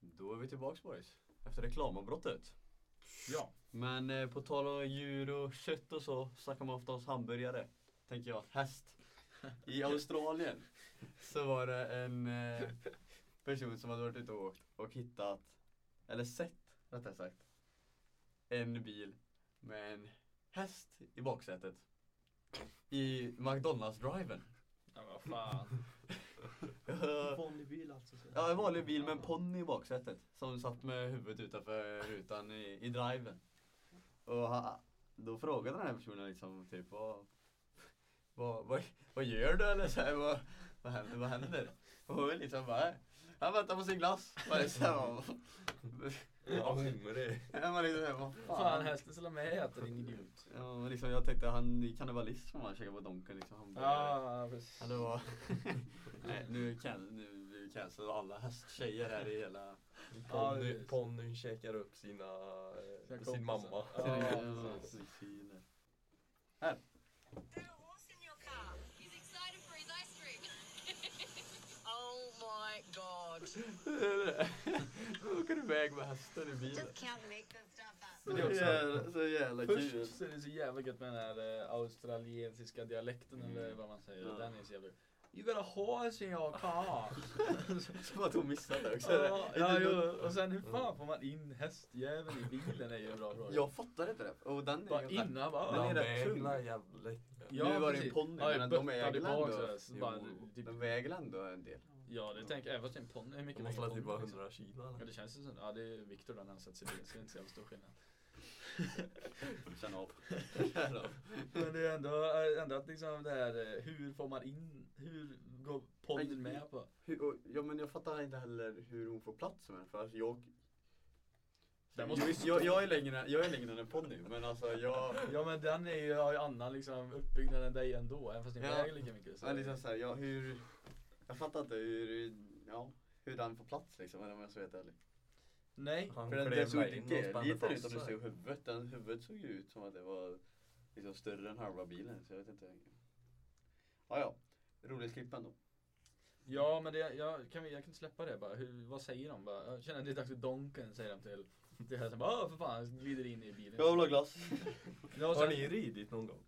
Speaker 2: Då är vi tillbaks boys. Efter reklamavbrottet.
Speaker 1: Ja,
Speaker 2: Men eh, på tal om djur och kött och så snackar man ofta om hamburgare. Tänker jag, häst. I Australien så var det en eh, person som hade varit ute och åkt och hittat, eller sett rättare sagt, en bil med en häst i baksätet. I McDonalds-driven.
Speaker 1: ja vad (laughs) fan.
Speaker 10: Vanlig bil alltså. Så.
Speaker 2: Ja, en vanlig bil med en ponny i baksätet som satt med huvudet utanför rutan i, i driven. Och ha, då frågade den här personen liksom typ vad, vad, vad, vad gör du eller så här, vad, vad händer? Vad händer? Och hon liksom bara, "Äh, han väntar på sin glass. Bara så här, vad-
Speaker 5: Ja, med det.
Speaker 2: Ja, man liksom, så här, vad
Speaker 1: Fan
Speaker 2: fan.
Speaker 1: hästen skulle med äta din idiot.
Speaker 2: Ja, men liksom, jag tänkte han är kannibalist om han käkar på Donken liksom. Han bara,
Speaker 1: Ja, precis.
Speaker 2: Hallå. (laughs) Nej, nu kan nu blir vi cancellade alla hästtjejer här i hela
Speaker 1: Ja,
Speaker 5: Ponny-
Speaker 1: precis.
Speaker 5: Ponnyn käkar upp sina, eh,
Speaker 1: Sina
Speaker 5: sin
Speaker 1: kompisar.
Speaker 5: mamma.
Speaker 1: Ja.
Speaker 7: Got a horse in your car. He's excited for his ice cream. oh my god.
Speaker 2: Då åker du iväg med hästen i bilen.
Speaker 7: Just can't make this stuff up.
Speaker 9: Så jävla, så jävla kul.
Speaker 1: Först så är det så jävla gött med den här eh, australiensiska dialekten eller vad man säger.
Speaker 9: Ja.
Speaker 1: Den är så jävla... You gotta horse in your car.
Speaker 2: Som att hon missade det typ- också.
Speaker 1: ja, ja, jo. Och sen hur fan får man in hästjäveln i bilen är ju en bra fråga.
Speaker 2: Jag fattar inte det. Och den är
Speaker 1: Bara
Speaker 2: ju rätt-
Speaker 1: in, han bara...
Speaker 2: Den är
Speaker 1: "Ah,
Speaker 5: Den
Speaker 2: rätt tung.
Speaker 5: jävla jävla
Speaker 1: Ja,
Speaker 2: nu var det en
Speaker 1: precis.
Speaker 2: ponny,
Speaker 1: Ja,
Speaker 2: men de
Speaker 1: bötta
Speaker 2: äger
Speaker 1: tillbaka
Speaker 2: ändå.
Speaker 1: så här, bara, typ-
Speaker 2: De väger ändå en del.
Speaker 1: Ja, det tänker jag. Även fast det är en ponny. Hur
Speaker 5: De
Speaker 1: mycket
Speaker 5: måste
Speaker 1: väger
Speaker 5: väl typ
Speaker 1: ponny,
Speaker 5: vara
Speaker 1: liksom?
Speaker 5: 100 kilo
Speaker 1: Ja,
Speaker 5: eller?
Speaker 1: det känns ju som... Ja, det är Viktor då när han satt sig i bilen. Så det är inte så jävla stor skillnad.
Speaker 9: Känn av.
Speaker 1: Men det är ändå, ändå att liksom det här, eh, hur får man in, hur går podden
Speaker 9: Nej.
Speaker 1: med på?
Speaker 2: Hur- och- Ja men jag fattar inte heller hur hon får plats med den för alltså jag
Speaker 1: Den måste-
Speaker 2: Visst, jag, jag, är längre, jag är längre än en ponny men alltså jag
Speaker 1: Ja men den är ju, har ju annan liksom uppbyggnad än dig ändå, även fast den
Speaker 2: Ja.
Speaker 1: väger lika mycket. Så.
Speaker 2: Ja, liksom så här, ja, hur, jag fattar inte hur, ja, hur den får plats liksom, om jag ska vara helt ärlig.
Speaker 1: Nej.
Speaker 5: Han
Speaker 2: För den,
Speaker 5: klev
Speaker 2: den såg
Speaker 5: med
Speaker 2: ju
Speaker 5: in och
Speaker 2: inte delgitarr
Speaker 5: spände
Speaker 2: ut om du
Speaker 5: fast sig.
Speaker 2: såg huvudet. Den, huvudet såg ju ut som att det var liksom större än halva bilen, så jag vet inte. Ja, ja. Roligt klipp ändå.
Speaker 1: Ja men det, jag, kan vi, jag kan inte släppa det bara. Hur, vad säger de? Bara, jag känner att det är dags för Donken säger de till. Det här som bara, "Åh, för fan, glider in i bilen.
Speaker 2: Jag vill ha glass.
Speaker 1: Ja, och
Speaker 5: Har
Speaker 1: sen,
Speaker 5: ni ridit någon gång?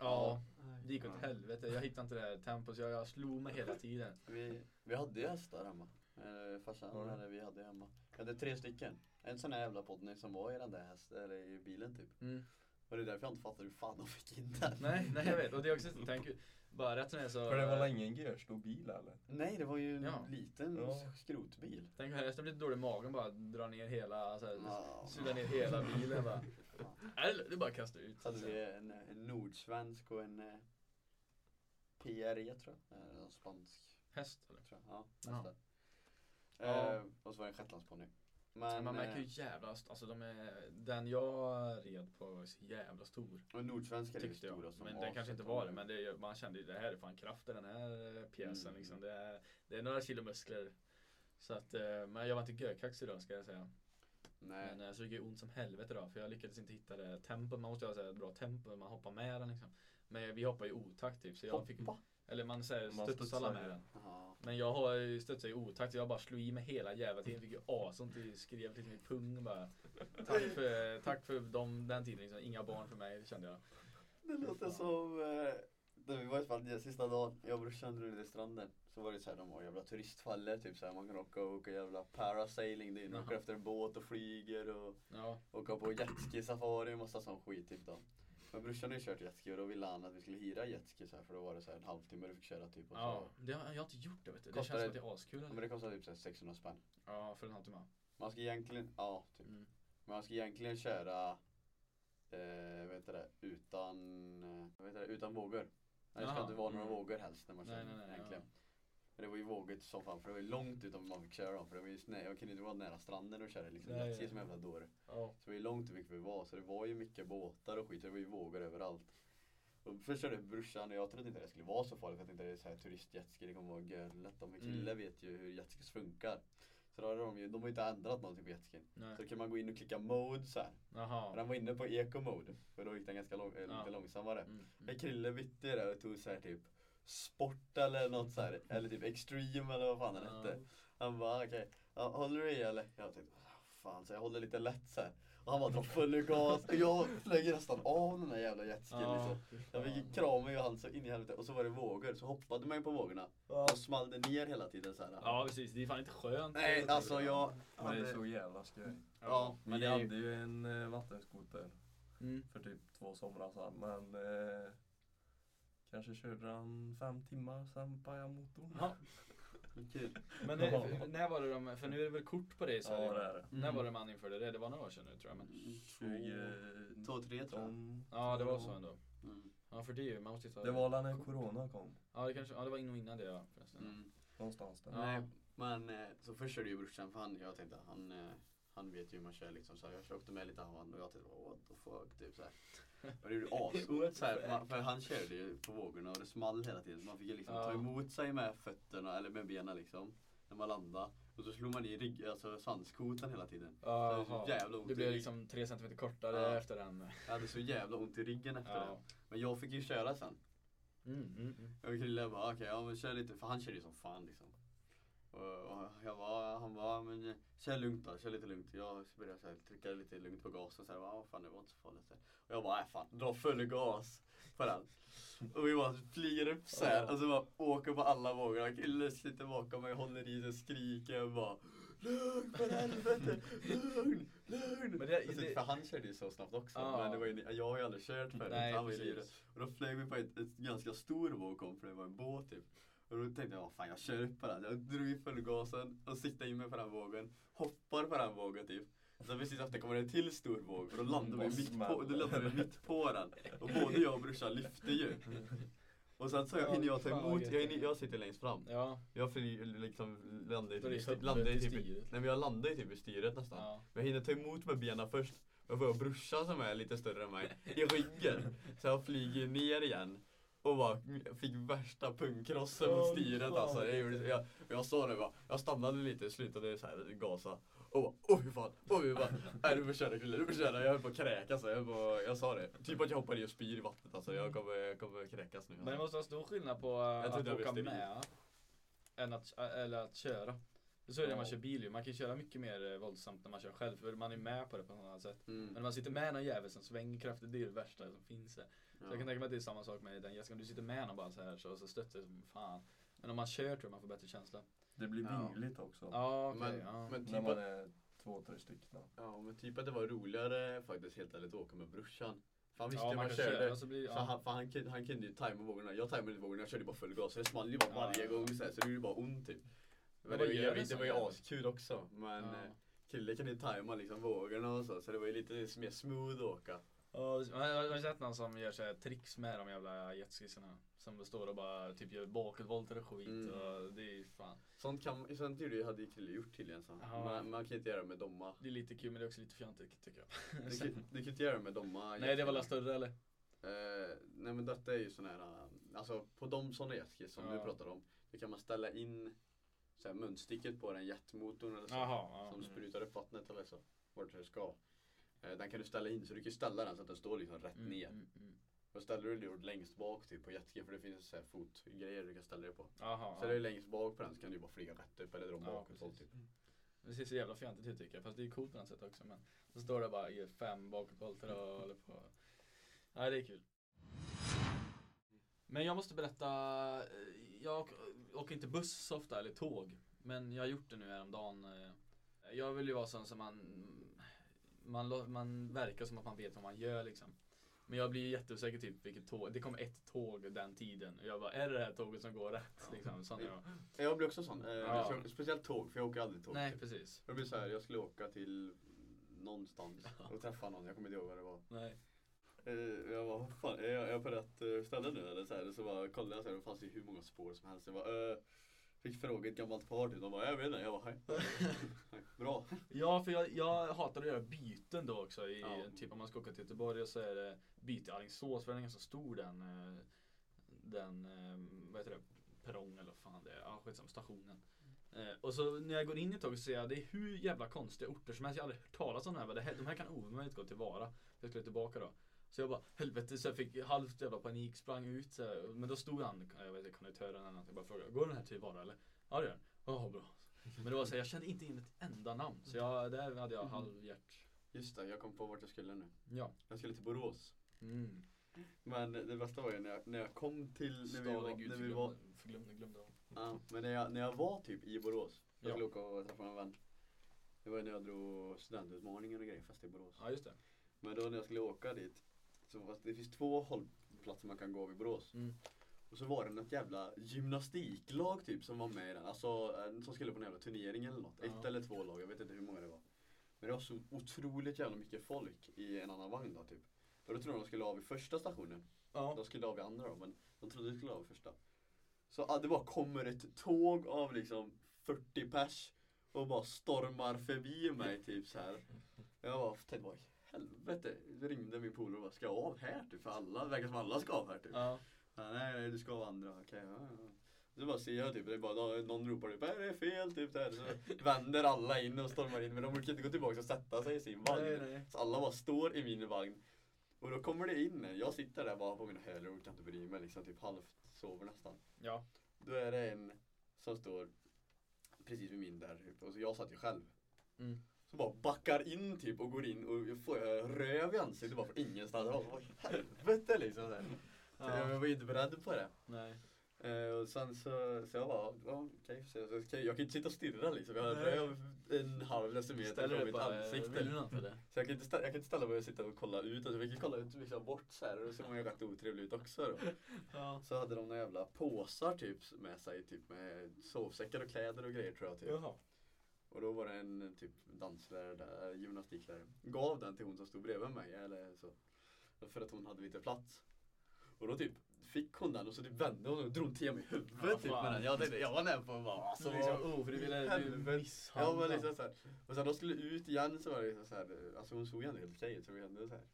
Speaker 1: ja
Speaker 10: Nej.
Speaker 1: det gick åt helvete. Jag hittade inte det här tempot så jag, jag slog mig hela tiden.
Speaker 2: Vi, vi hade ju hästar hemma. Eh, Farsan
Speaker 5: Ja.
Speaker 2: hade, vi hade hemma. Vi hade tre stycken. En sån här jävla ponny som var i den där hästen, eller i bilen typ.
Speaker 1: Mm.
Speaker 2: Och det är därför jag inte fattar hur fan de fick in
Speaker 1: (laughs)
Speaker 2: den.
Speaker 1: Nej, nej jag vet. Och det är också, tänk, bara rätt som det är så.
Speaker 5: För det var ingen görstor bil eller?
Speaker 2: Nej, det var ju en
Speaker 1: Ja.
Speaker 2: liten
Speaker 5: Ja.
Speaker 2: skrotbil.
Speaker 1: Tänk om hästen blir lite dålig i magen bara drar ner hela, alltså, så här,
Speaker 2: Ja.
Speaker 1: sular ner hela bilen bara. Eller du bara kastar ut.
Speaker 2: Så hade vi en, en nordsvensk och en eh, PRE tror jag. Eh, en spansk
Speaker 1: Häst eller?
Speaker 2: tror jag. Ja,
Speaker 1: Ja.
Speaker 2: nästa.
Speaker 1: Ja.
Speaker 2: Eh, och så var det en shetlandsponny.
Speaker 1: Men,
Speaker 2: Men,
Speaker 1: man märker ju
Speaker 2: eh,
Speaker 1: jävla, st- alltså de är, den jag red på var så jävla stor.
Speaker 2: eh, och nordsvenskar är ju
Speaker 1: Tyckte
Speaker 2: stora
Speaker 1: jag.
Speaker 2: som
Speaker 1: Men den
Speaker 2: as,
Speaker 1: kanske
Speaker 2: så
Speaker 1: inte
Speaker 2: att
Speaker 1: var det.
Speaker 2: de-
Speaker 1: Men det, är ju- man kände ju det här är fan kraft i den här eh, pjäsen
Speaker 2: Mm.
Speaker 1: liksom. Det är, det är några kilo muskler. Så att, eh, men jag var inte görkaxig idag ska jag säga.
Speaker 2: Nej.
Speaker 1: Men eh, så det gick ont som helvete idag. För jag lyckades inte hitta det tempot. Man måste ju ha så här ett bra tempo. när Man hoppar med den liksom. Men vi hoppar ju otakt typ. Så jag fick,
Speaker 2: Hoppa.
Speaker 1: eller man säger
Speaker 5: Man
Speaker 1: studsar
Speaker 5: studsar
Speaker 1: med
Speaker 5: ju.
Speaker 1: den.
Speaker 2: Ja.
Speaker 1: Men jag har ju studsat i otakt så jag bara slog i mig hela jävla tiden. Fick ju asont i skrev till min pung och bara. Tack för, tack för dem, den tiden liksom. Inga barn för mig kände jag.
Speaker 2: Det låter som eh, när vi var i Spanien sista dagen, jag och brorsan rullade i stranden. Så var det så här, de har jävla turistfaller typ så här, man kan åka och åka jävla parasailing, det är man åker
Speaker 1: Jaha.
Speaker 2: efter en båt och flyger och
Speaker 1: Ja.
Speaker 2: åka på jetski-safari och massa sån skit typ då. Men brorsan har ju kört jetski och då ville han att vi skulle hyra jetski så här för då var det så här en halvtimme du fick köra typ och så.
Speaker 1: ja det har, jag har inte gjort det vet du. Det
Speaker 2: Kostar
Speaker 1: känns som
Speaker 2: det-
Speaker 1: att det är askul.
Speaker 2: Men
Speaker 1: eller?
Speaker 2: det kostade typ så här 600 spänn.
Speaker 1: Ja, för en halvtimme.
Speaker 2: Man ska egentligen, ja typ.
Speaker 1: Mm.
Speaker 2: Men man ska egentligen köra eh, vad heter det, utan, eh, vad heter det, utan vågor. Nej, det ska
Speaker 1: Jaha.
Speaker 2: inte vara några
Speaker 1: Mm.
Speaker 2: vågor helst när man
Speaker 1: Nej,
Speaker 2: kör
Speaker 1: nej, nej,
Speaker 2: egentligen.
Speaker 1: ja.
Speaker 2: Men det var ju vågigt som fan för det var ju långt utanför man fick köra dem, för det var ju snö, jag kunde inte vara nära stranden och köra liksom.
Speaker 1: Nej,
Speaker 2: Lätt
Speaker 1: nej.
Speaker 2: som en jävla dåre.
Speaker 1: Ja.
Speaker 2: Så det var ju långt vi vi var, så det var ju mycket båtar och skit, så det var ju vågor överallt. Och först körde brorsan och jag trodde inte det skulle vara så farligt, att inte det är så här turistjetski, det kommer vara görlätt.
Speaker 1: Mm.
Speaker 2: De är killar vet ju hur jetskis funkar. Så då hade de ju, de har ju inte ändrat någonting på jetskin.
Speaker 1: Nej.
Speaker 2: Så då kan man gå in och klicka mode så här.
Speaker 1: Jaha.
Speaker 2: Och den var inne på eco mode, för då gick den ganska lång, eh, lite
Speaker 1: Ja.
Speaker 2: långsammare.
Speaker 1: Mm, mm.
Speaker 2: Men Krille bytte ju det och tog så här typ sport eller något så här, eller typ extreme eller vad fan den hette. Han bara "Ah, okej, ja, håller du i eller? Jag tänkte "Ah, fan så jag håller lite lätt så här. Och han bara drar full gas och jag flög ju nästan av den där jävla jetskin liksom.
Speaker 1: fy
Speaker 2: Jag fick ju
Speaker 1: fan.
Speaker 2: krama i han så in i helvete och så var det vågor så hoppade man ju på vågorna och small det ner hela tiden så här.
Speaker 1: Ja precis, det är fan inte skönt.
Speaker 2: Nej alltså jag,
Speaker 5: Men det är så jävla skoj.
Speaker 2: ja men
Speaker 5: Vi
Speaker 2: det är ju,
Speaker 5: hade ju en eh, vattenskoter
Speaker 1: Mm.
Speaker 5: för typ två somrar sedan men eh, kanske körde han fem timmar sen pajade motorn.
Speaker 1: Ja.
Speaker 2: kul.
Speaker 1: Men
Speaker 5: Ja.
Speaker 1: det, när var det de, för nu är det väl kort på dig så
Speaker 5: Ja det är det.
Speaker 1: När var det man införde det? Det var några år sedan nu tror jag. Men,
Speaker 5: 20...
Speaker 2: Två, tre tror jag.
Speaker 1: ja det var så ändå.
Speaker 2: Mm.
Speaker 1: Ja för det är ju, man måste ju ta
Speaker 5: Det var väl när corona kom.
Speaker 1: Ja det kanske, ja det var nog innan det ja förresten.
Speaker 2: Mm.
Speaker 5: Någonstans där.
Speaker 1: Ja.
Speaker 2: Nej, men eh, så först körde ju brorsan för han, jag tänkte att han, eh, han vet ju hur man kör liksom så här, jag åkte med lite av honom och jag tänkte what the fuck typ
Speaker 1: (laughs)
Speaker 2: så här. Och det gjorde asont så här, för man- för han körde ju på vågorna och det small hela tiden så man fick ju liksom ta
Speaker 1: Ja.
Speaker 2: emot sig med fötterna eller med benen liksom när man landade. Och så slog man i rygg, alltså svanskotan hela tiden.
Speaker 1: Jaha.
Speaker 2: Så jävla ont
Speaker 1: Det
Speaker 2: i
Speaker 1: blev
Speaker 2: ryggen.
Speaker 1: liksom tre centimeter kortare
Speaker 2: Ja.
Speaker 1: efter den.
Speaker 2: Jag hade så jävla ont i ryggen efter
Speaker 1: Ja.
Speaker 2: det. Men jag fick ju köra sen.
Speaker 1: Mm, mm, mm.
Speaker 2: Och Krille bara okej, ja men kör lite, för han kör ju som fan liksom. Och, och jag bara, han bara, men eh, kör lugnt då, kör lite lugnt. Jag började så här, trycka lite lugnt på gasen och så här, ja fan det var inte så farligt. Och jag bara, äh fan, dra full gas på den. Och vi bara flyger upp så här och så bara åker på alla vågorna. Krille sitter bakom mig, håller i sig, skriker och bara Lugn för helvete! Lugn! Lugn!
Speaker 1: Men det-
Speaker 2: Och så-
Speaker 1: det-
Speaker 2: för han körde ju så snabbt också.
Speaker 1: Ja.
Speaker 2: Men det var ju, jag har ju aldrig kört förut.
Speaker 1: Nej,
Speaker 2: han var ju
Speaker 1: precis.
Speaker 2: livrädd. Och då flög vi på ett, ett ganska stor våg kom för det var en båt typ. Och då tänkte jag, "Åh, fan jag kör upp på den. Jag drog i fullgasen och siktade in mig på den vågen. Hoppar på den vågen typ. Sen precis efter kommer det en till stor våg och då landade vi
Speaker 5: Vad
Speaker 2: mitt på,
Speaker 5: smäller.
Speaker 2: då landade vi mitt på den. Och både jag och brorsan lyfte ju. Och sen så jag,
Speaker 1: Ja,
Speaker 2: hinner jag ta
Speaker 1: fan vad
Speaker 2: emot,
Speaker 1: gött.
Speaker 2: jag, hinner, jag sitter längst fram.
Speaker 1: Ja.
Speaker 2: Jag flyger liksom, landar ju
Speaker 1: Då är det
Speaker 2: typ, styr-
Speaker 1: huvudet
Speaker 2: landar ju
Speaker 1: i
Speaker 2: typ, i-
Speaker 1: styret.
Speaker 2: nej men jag landar ju typ i styret nästan.
Speaker 1: ja.
Speaker 2: Men jag hinner ta emot med benen först. Jag får brorsan som är lite större än mig i ryggen. Så jag flyger ner igen. Och bara fick värsta pungkrossen mot styret alltså. Jag, gjorde, jag, jag sa det bara. Jag stannade lite, slutade så här gasa. Och bara, oj hur fan, oj vad, nej du får köra Krille, du får köra. Jag höll på att kräkas. alltså. Jag, höll på- jag sa det. Typ att jag hoppar i och spyr i vattnet alltså. Jag kommer, jag kommer kräkas nu.
Speaker 1: Men det
Speaker 2: Alltså.
Speaker 1: måste vara stor skillnad på eh,
Speaker 2: Jag
Speaker 1: att
Speaker 2: trodde jag
Speaker 1: åka
Speaker 2: visste det.
Speaker 1: med än att, eller att köra. Så är det när man
Speaker 5: Ja.
Speaker 1: kör bil ju. Man kan köra mycket mer eh, våldsamt när man kör själv för man är med på det på något annat sätt.
Speaker 2: Mm.
Speaker 1: Men när man sitter med någon jävel som svänger kraftigt, det är det värsta som finns. där. Så jag kan tänka mig att det är samma sak med den jetskin. Om du sitter med någon bara så här så, så stöter det som fan. Men om man kör tror jag man får bättre känsla.
Speaker 5: Det blir
Speaker 2: Ja.
Speaker 5: vingligt också.
Speaker 1: Ja, okej.
Speaker 2: Men-
Speaker 1: ja.
Speaker 2: men typ
Speaker 5: När man är två, tre stycken.
Speaker 2: Ja men typ att det var roligare faktiskt helt ärligt att åka med brorsan. För han visste
Speaker 1: ja,
Speaker 2: hur man,
Speaker 1: kan
Speaker 2: körde.
Speaker 1: och Så blir,
Speaker 2: Så
Speaker 1: ja.
Speaker 2: han, för han, kunde- han kunde ju tajma vågorna. Jag tajmade inte vågorna, jag körde bara full gas. Så det small ju bara
Speaker 1: Ja,
Speaker 2: varje
Speaker 1: ja,
Speaker 2: gång
Speaker 1: ja.
Speaker 2: så, här, så det gjorde bara ont typ.
Speaker 1: Men
Speaker 2: Men, det,
Speaker 1: vad
Speaker 2: var ju,
Speaker 1: gör en
Speaker 2: det
Speaker 1: sån
Speaker 2: var ju
Speaker 1: jävel?
Speaker 2: askul också. Men
Speaker 1: Ja.
Speaker 2: eh, killen kan ju tajma liksom vågorna och så. Så det var ju lite mer smooth att åka.
Speaker 1: Ja, jag har jag har sett någon som gör så här tricks med de jävla jetskissarna. Som står och bara typ gör bakåtvolter och skit
Speaker 2: Mm.
Speaker 1: och det är ju fan.
Speaker 2: Sånt, kan, sånt gjorde ju- hade ju killen gjort tydligen. Så.
Speaker 1: Ja.
Speaker 2: Man, man kan ju inte göra det
Speaker 1: (laughs)
Speaker 2: med domma.
Speaker 1: Det är lite kul men det är också lite fjantigt tycker jag.
Speaker 2: Du kan, du kan inte göra det med domma.
Speaker 1: Nej det var alla större eller?
Speaker 2: Eh, nej men detta är ju sån här, eh, alltså på de såna jetskis som du
Speaker 1: Ja.
Speaker 2: pratar om. Då kan man ställa in så här, munstycket på den jetmotorn eller så.
Speaker 1: Jaha.
Speaker 2: som sprutar upp vattnet eller så. Vart det ska. Eh, Den kan du ställa in, så du kan ställa den så att den står liksom rätt
Speaker 1: Mm,
Speaker 2: ner.
Speaker 1: mm, mm.
Speaker 2: Och ställer du den längst bak typ på jetskin, för det finns så här fotgrejer du kan ställa dig på.
Speaker 1: Jaha.
Speaker 2: Ställer du dig längst bak på den så kan du bara flyga rätt upp eller dra
Speaker 1: Ja,
Speaker 2: bakåt.
Speaker 1: precis.
Speaker 2: typ.
Speaker 1: Det ser så jävla fjantigt ut tycker jag. Fast det är coolt på något sätt också. Men så står det bara och gör fem bakåtvolter och håller på. Ja det är kul. Men jag måste berätta. eh, Jag åk- åker inte buss så ofta eller tåg. Men jag har gjort det nu häromdagen. eh. Jag vill ju vara sån som man, man, lo- man verkar som att man vet vad man gör liksom. Men jag blir ju jätteosäker typ vilket tåg, det kom ett tåg den tiden. Och jag bara, är det det här tåget som går rätt? Liksom, sån är jag.
Speaker 2: Jag blir också sån. Eh,
Speaker 1: Ja.
Speaker 2: så jag- Speciellt tåg, för jag åker aldrig tåg.
Speaker 1: Nej
Speaker 2: typ.
Speaker 1: precis. (laughs)
Speaker 2: Jag blir så här, jag skulle åka till någonstans och träffa någon, jag kommer inte ihåg vad det var.
Speaker 1: Nej.
Speaker 2: Eh, Jag bara, vad fan, är jag, är jag på rätt eh, ställe nu eller? Så, här, så bara kollade jag så här, det fanns ju hur många spår som helst. Jag bara, eh, fick fråga ett gammalt par typ, de bara, jag vet inte. Jag
Speaker 1: (laughs)
Speaker 2: bara, hej. Hej, Bra.
Speaker 1: Ja, för jag, jag hatar att göra byten då också. I,
Speaker 2: Ja.
Speaker 1: Typ om man ska åka till Göteborg så är det byte i Alingsås för den är ganska stor den, eh, den eh, vad heter det, perrong eller vad fan det är. Ja, skitsamma, stationen. Eh, Och så när jag går in i tåget så ser jag det är hur jävla konstiga orter som helst. Jag har aldrig hört talas om det här. men Det här de här kan omöjligt gå tillvara. Jag skulle tillbaka då. Så jag bara helvete så jag fick halvt jävla panik, sprang ut. Så här. Men då stod han, jag vet inte, konduktören eller något. Jag bara frågade, går den här till Vara eller? Ja det gör den. Ja bra. Men det var så här, jag kände inte in ett enda namn. Så jag, där hade jag halvhjärt.
Speaker 2: Just det, jag kom på vart jag skulle nu.
Speaker 1: Ja.
Speaker 2: Jag skulle till Borås.
Speaker 1: Mm.
Speaker 2: Men det bästa var ju när jag, när jag kom till, när vi var,
Speaker 1: Staden gud
Speaker 2: när vi var,
Speaker 1: förglömde, förglömde, glömde dem.
Speaker 2: ja, men när jag, när jag var typ i Borås. Jag
Speaker 1: Ja.
Speaker 2: skulle åka och träffa en vän. Det var ju när jag drog studentutmaningen och grejer fast i Borås.
Speaker 1: Ja just det.
Speaker 2: Men då när jag skulle åka dit, så var- det finns två hållplatser man kan gå vid Borås.
Speaker 1: Mm.
Speaker 2: Och så var det något jävla gymnastiklag typ som var med i den. Alltså eh, som skulle på en jävla turnering eller något. Ett
Speaker 1: Ja.
Speaker 2: eller två lag, jag vet inte hur många det var. Men det var så otroligt jävla mycket folk i en annan vagn då typ. Och då trodde de skulle ha vid första stationen.
Speaker 1: Ja.
Speaker 2: De skulle ha vid andra då, men de trodde det skulle ha vid första. Så ah, det bara kommer ett tåg av liksom 40 pers och bara stormar förbi mig typ så här. Jag bara tänkte vad i helvete? Då ringde min polare och bara, ska jag av här typ? För alla, det verkar som alla ska av här typ.
Speaker 1: Ja.
Speaker 2: Ja, nej, nej, du ska av andra, okej. ja, ja. Så bara ser jag typ, det är bara, någon ropar typ, "Äh, det är fel typ där. Så vänder alla in och stormar in, men de orkar inte gå tillbaka och sätta sig i sin vagn.
Speaker 1: Nej, nej.
Speaker 2: Så alla bara står i min vagn. Och då kommer det in en. Jag sitter där bara på mina hälar och kan inte bry mig. Liksom, typ halvt sover nästan.
Speaker 1: Ja.
Speaker 2: Då är det en som står precis vid min där. Typ. Och så jag satt ju själv.
Speaker 1: Mm.
Speaker 2: Så bara backar in typ och går in och jag får eh, röv i ansiktet bara från ingenstans. Jag bara, vad i helvete liksom. Så här.
Speaker 1: Ja.
Speaker 2: Jag var ju inte beredd på det.
Speaker 1: Nej.
Speaker 2: Eh, och sen så, så jag bara, ja, okej. Så jag, så- okej, jag kan inte sitta och stirra liksom. Jag har
Speaker 1: Nej.
Speaker 2: röv en halv decimeter
Speaker 1: Ställer
Speaker 2: från
Speaker 1: du
Speaker 2: mitt
Speaker 1: bara,
Speaker 2: ansikte.
Speaker 1: vill du något eller?
Speaker 2: Så jag kan inte ställa, jag kan inte ställa mig och sitta och kolla ut. Alltså, jag kan kolla ut liksom bort så här och då ser man ju rätt otrevlig ut också då.
Speaker 1: Ja.
Speaker 2: Så hade de några jävla påsar typ med sig, typ med sovsäckar och kläder och grejer tror jag typ.
Speaker 1: Jaha.
Speaker 2: Och då var det en typ danslärare där, gymnastiklärare. Gav den till hon som stod bredvid mig eller så. För att hon hade lite plats. Och då typ fick hon den och så typ vände hon och drog till mig i huvudet
Speaker 1: Ja,
Speaker 2: typ
Speaker 1: fan.
Speaker 2: med den. Jag, tänkte- jag var nära på att bara alltså,
Speaker 1: Så liksom ofrivilligt oh,
Speaker 2: Helvete. Ja
Speaker 1: misshandlad.
Speaker 2: men liksom såhär. Och sen de skulle ut igen så var det liksom såhär, alltså hon såg ju ändå helt okej ut så vi
Speaker 1: (laughs)
Speaker 2: ändå såhär.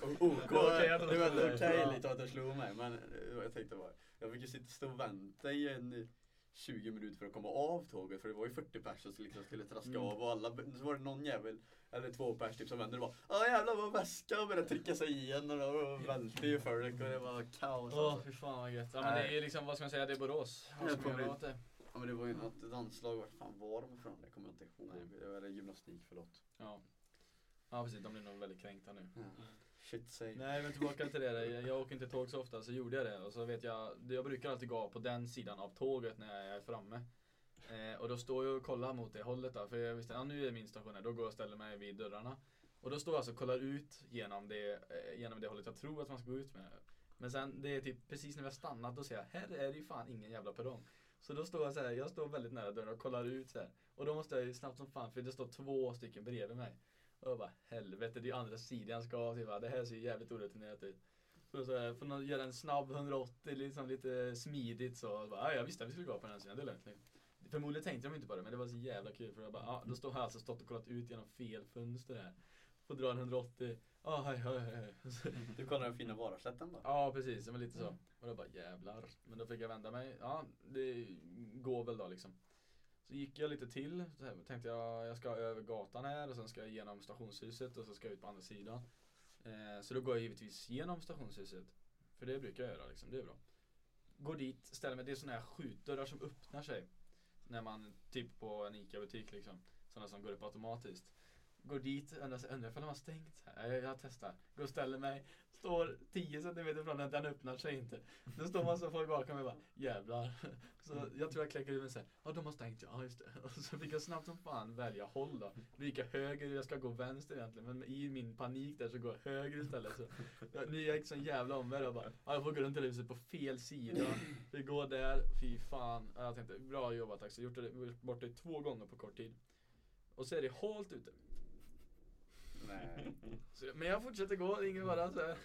Speaker 2: O- OK,
Speaker 1: Okej,
Speaker 2: det
Speaker 1: ändå.
Speaker 2: var ändå okej
Speaker 1: Ja.
Speaker 2: lite att den slog mig men eh, jag tänkte bara, jag fick ju sitta stå och vänta i en 20 minuter för att komma av tåget för det var ju 40 pers som liksom skulle traska
Speaker 1: Mm.
Speaker 2: av och alla, så var det någon jävel eller två pers typ som vände och bara Ja jävlar vad väska och började trycka sig igen och då välte ju folk och det var kaos
Speaker 1: Åh
Speaker 2: alltså.
Speaker 1: fy fan vad gött. Ja men det är ju liksom, vad ska man säga, det är Borås. Vad ska
Speaker 2: Jag
Speaker 1: man
Speaker 2: kommer-
Speaker 1: göra åt det?
Speaker 2: Ja men det var ju något danslag, vart fan var de ifrån? Det kommer jag inte ihåg.
Speaker 1: Nej.
Speaker 2: Eller gymnastik, förlåt.
Speaker 1: Ja. Ja precis, de blir nog väldigt kränkta nu.
Speaker 2: Shit save.
Speaker 1: Nej men tillbaka till det där. Jag, jag åker inte tåg så ofta så gjorde jag det och så vet jag, jag brukar alltid gå av på den sidan av tåget när jag är framme. Eh, och då står jag och kollar mot det hållet då, för jag visste, ja nu är min station här, då går jag och ställer mig vid dörrarna. Och då står jag alltså och kollar ut genom det, eh, genom det hållet jag tror att man ska gå ut med. Men sen, det är typ precis när vi har stannat, då ser jag, här är det ju fan ingen jävla perrong. Så då står jag så här, jag står väldigt nära dörren och kollar ut så här. Och då måste jag ju snabbt som fan, för det står två stycken bredvid mig. Och jag bara helvete, det är ju andra sidan jag ska av. till, va? Det här ser ju jävligt orutinerat ut. Så så här, får någon göra en snabb 180, liksom lite smidigt så. Och Bara, "Ja, jag visste att vi skulle gå på den här sidan, det är lugnt. liksom." Förmodligen tänkte de inte på det, men det var så jävla kul för jag bara, ah, då står har jag alltså stått och kollat ut genom fel fönster här. Får dra en 180, ah, hej, hej, (laughs) hej. Så-
Speaker 2: Du kollar den fina varaslätten då?
Speaker 1: Ja precis, det var lite så. Och då bara jävlar. Men då fick jag vända mig. Ja, det går väl då liksom. Så gick jag lite till. Så här, tänkte jag, jag ska över gatan här och sen ska jag genom stationshuset och så ska jag ut på andra sidan. Eh, så då går jag givetvis genom stationshuset. För det brukar jag göra liksom, det är bra. Går dit, ställer mig, det är sådana här skjutdörrar som öppnar sig. När man, typ på en ICA-butik liksom. Sådana som går upp automatiskt. Går dit, undrar, undrar ifall de har stängt. Så här, Jag, jag testar. Går och ställer mig. Står 10 centimeter från den, den öppnar sig inte. Då står man så folk bakom mig och bara jävlar. Så jag tror jag kläcker ur mig såhär, ja de har stängt, ja just det. Och så fick jag snabbt som fan välja håll då. Då gick jag höger, jag ska gå vänster egentligen. Men i min panik där så går jag höger istället. Så jag, nu gick sån jävla omväg och bara, ja jag får gå runt i huset på fel sida. Vi går där, fy fan. Ja, Jag tänkte, bra jobbat Axel, gjort det, gjort bort det två gånger på kort tid. Och så är det halt ute.
Speaker 2: (laughs)
Speaker 1: Nej. Så, men jag fortsätter gå, det är ingen fara. (laughs) så här.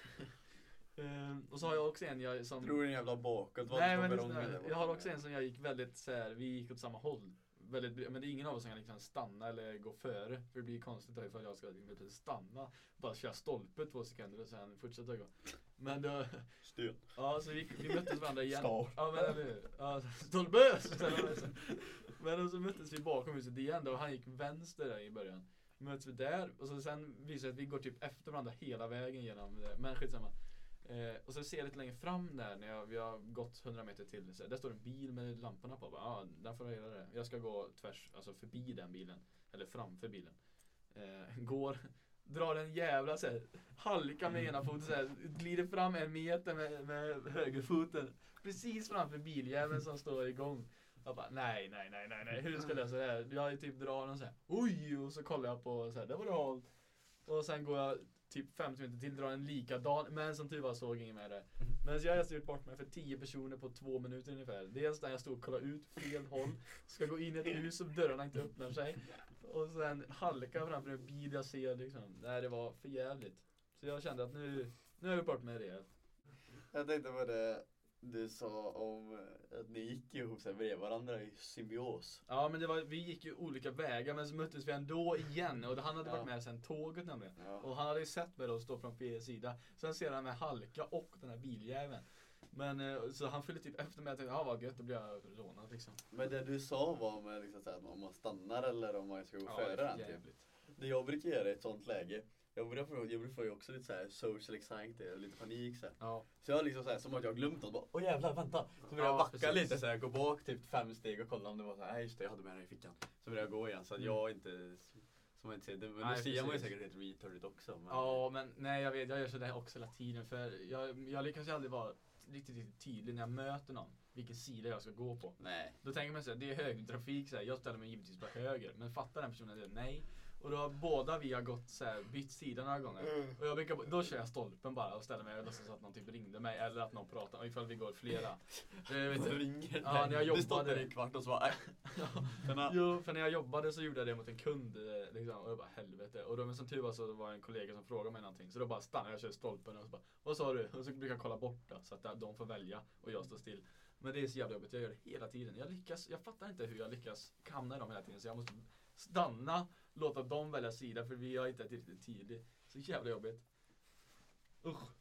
Speaker 1: Ehm, och så har jag också en jag, som...
Speaker 2: Drog en jävla bakåt. var
Speaker 1: Nej
Speaker 2: det
Speaker 1: men
Speaker 2: på perrongen
Speaker 1: lyssna,
Speaker 2: där borta?
Speaker 1: jag har också en som jag gick väldigt så här, vi gick åt samma håll. Väldigt, men det är ingen av oss som kan liksom stanna eller gå före. För det blir konstigt då ifall jag ska liksom precis stanna. Bara köra stolpe två sekunder och sen fortsätta gå. Men då,
Speaker 2: Stöt.
Speaker 1: ja så vi, vi möttes varandra igen.
Speaker 2: Start.
Speaker 1: Ja men eller hur. Ja, stolpe! Så ställer man sig. Men då så möttes vi bakom huset igen då och han gick vänster där i början. Möts vi där och så sen visar det sig att vi går typ efter varandra hela vägen genom det. Men skitsamma. Eh, och så ser jag lite längre fram där när jag, vi har gått 100 meter till. Så där står en bil med lamporna på. Bara, ah, den får jag göra det. Jag ska gå tvärs, alltså förbi den bilen. Eller framför bilen. Eh, går, drar en jävla så här, halka med ena foten så här, glider fram en meter med, med högerfoten. Precis framför biljäveln som står igång. Jag bara, nej, nej, nej, nej, nej, hur ska jag lösa det här? Jag typ drar den så här, oj, och så kollar jag på, så här, där var det halt. Och sen går jag typ 50 minuter till, drar en likadan, men som tur var såg ingen med det. Men så jag har alltså gjort bort mig för 10 personer på två minuter ungefär. Dels när jag stod och kollade ut fel håll, ska gå in i ett hus och dörrarna inte öppnar sig. Och sen halka framför en bil jag ser liksom. Nej, det var för jävligt. Så jag kände att nu, nu har jag gjort bort mig rejält.
Speaker 2: Jag tänkte på det du sa om att ni gick ihop så här bredvid varandra i symbios.
Speaker 1: Ja men det var, vi gick ju olika vägar men så möttes vi ändå igen och han hade
Speaker 2: Ja.
Speaker 1: varit med sen tåget nämligen.
Speaker 2: Ja.
Speaker 1: Och han hade ju sett mig då stå från fel sida. Sen ser han med halka och den här biljäveln. Men eh, så han följde typ efter mig och tänkte ja vad gött, då blir jag rånad liksom.
Speaker 2: Men det du sa var med liksom så här, om man stannar eller om man ska gå före den. Typ. Det jag brukar göra i ett sånt läge. Jag brukar få, jag brukar få ju också lite så här social anxiety och lite panik så här.
Speaker 1: Ja.
Speaker 2: Så jag liksom så här, som att jag har glömt något bara, åh jävlar vänta. Så börjar jag
Speaker 1: Ja,
Speaker 2: backa
Speaker 1: precis.
Speaker 2: lite så här, gå bak typ fem steg och kolla om det var så här, nej just det jag hade med den i fickan. Så börjar jag gå igen så att jag inte, som jag inte ser, det- men
Speaker 1: Mm. Nej,
Speaker 2: då ser man ju
Speaker 1: precis.
Speaker 2: säkert helt retarded också. Men,
Speaker 1: Ja men nej jag vet, jag gör sådär också hela tiden för jag, jag lyckas ju aldrig vara riktigt, riktigt tydlig när jag möter någon. Vilken sida jag ska gå på.
Speaker 2: Nej.
Speaker 1: Då tänker man sig, det är högertrafik, så här, jag ställer mig givetvis på höger. Men fattar den personen det? Nej. Och då har båda vi har gått så här, bytt sida några gånger. Och jag brukar, då kör jag stolpen bara och ställer mig och låtsas att någon typ ringde mig eller att någon pratade. Och Ifall vi går flera. Det vet
Speaker 2: Så
Speaker 1: jag.
Speaker 2: ringer
Speaker 1: Ja, när jag
Speaker 2: Du står
Speaker 1: jobbade-
Speaker 2: där i en kvart och så bara,
Speaker 1: (laughs)
Speaker 2: nej. Den här-
Speaker 1: Jo, för när jag jobbade så gjorde jag det mot en kund. eh, Liksom, och jag bara helvete. Och då, men som tur var så var det en kollega som frågade mig någonting. Så då bara stannade jag och körde stolpen och så bara, vad sa du? Och så brukar jag kolla bort då, så att där- de får välja och jag står still. Men det är så jävla jobbigt, jag gör det hela tiden. Jag lyckas, jag fattar inte hur jag lyckas hamna i dem hela tiden. Så jag måste stanna, låta dem välja sida för vi har inte riktigt tidigt. Så jävla jobbigt.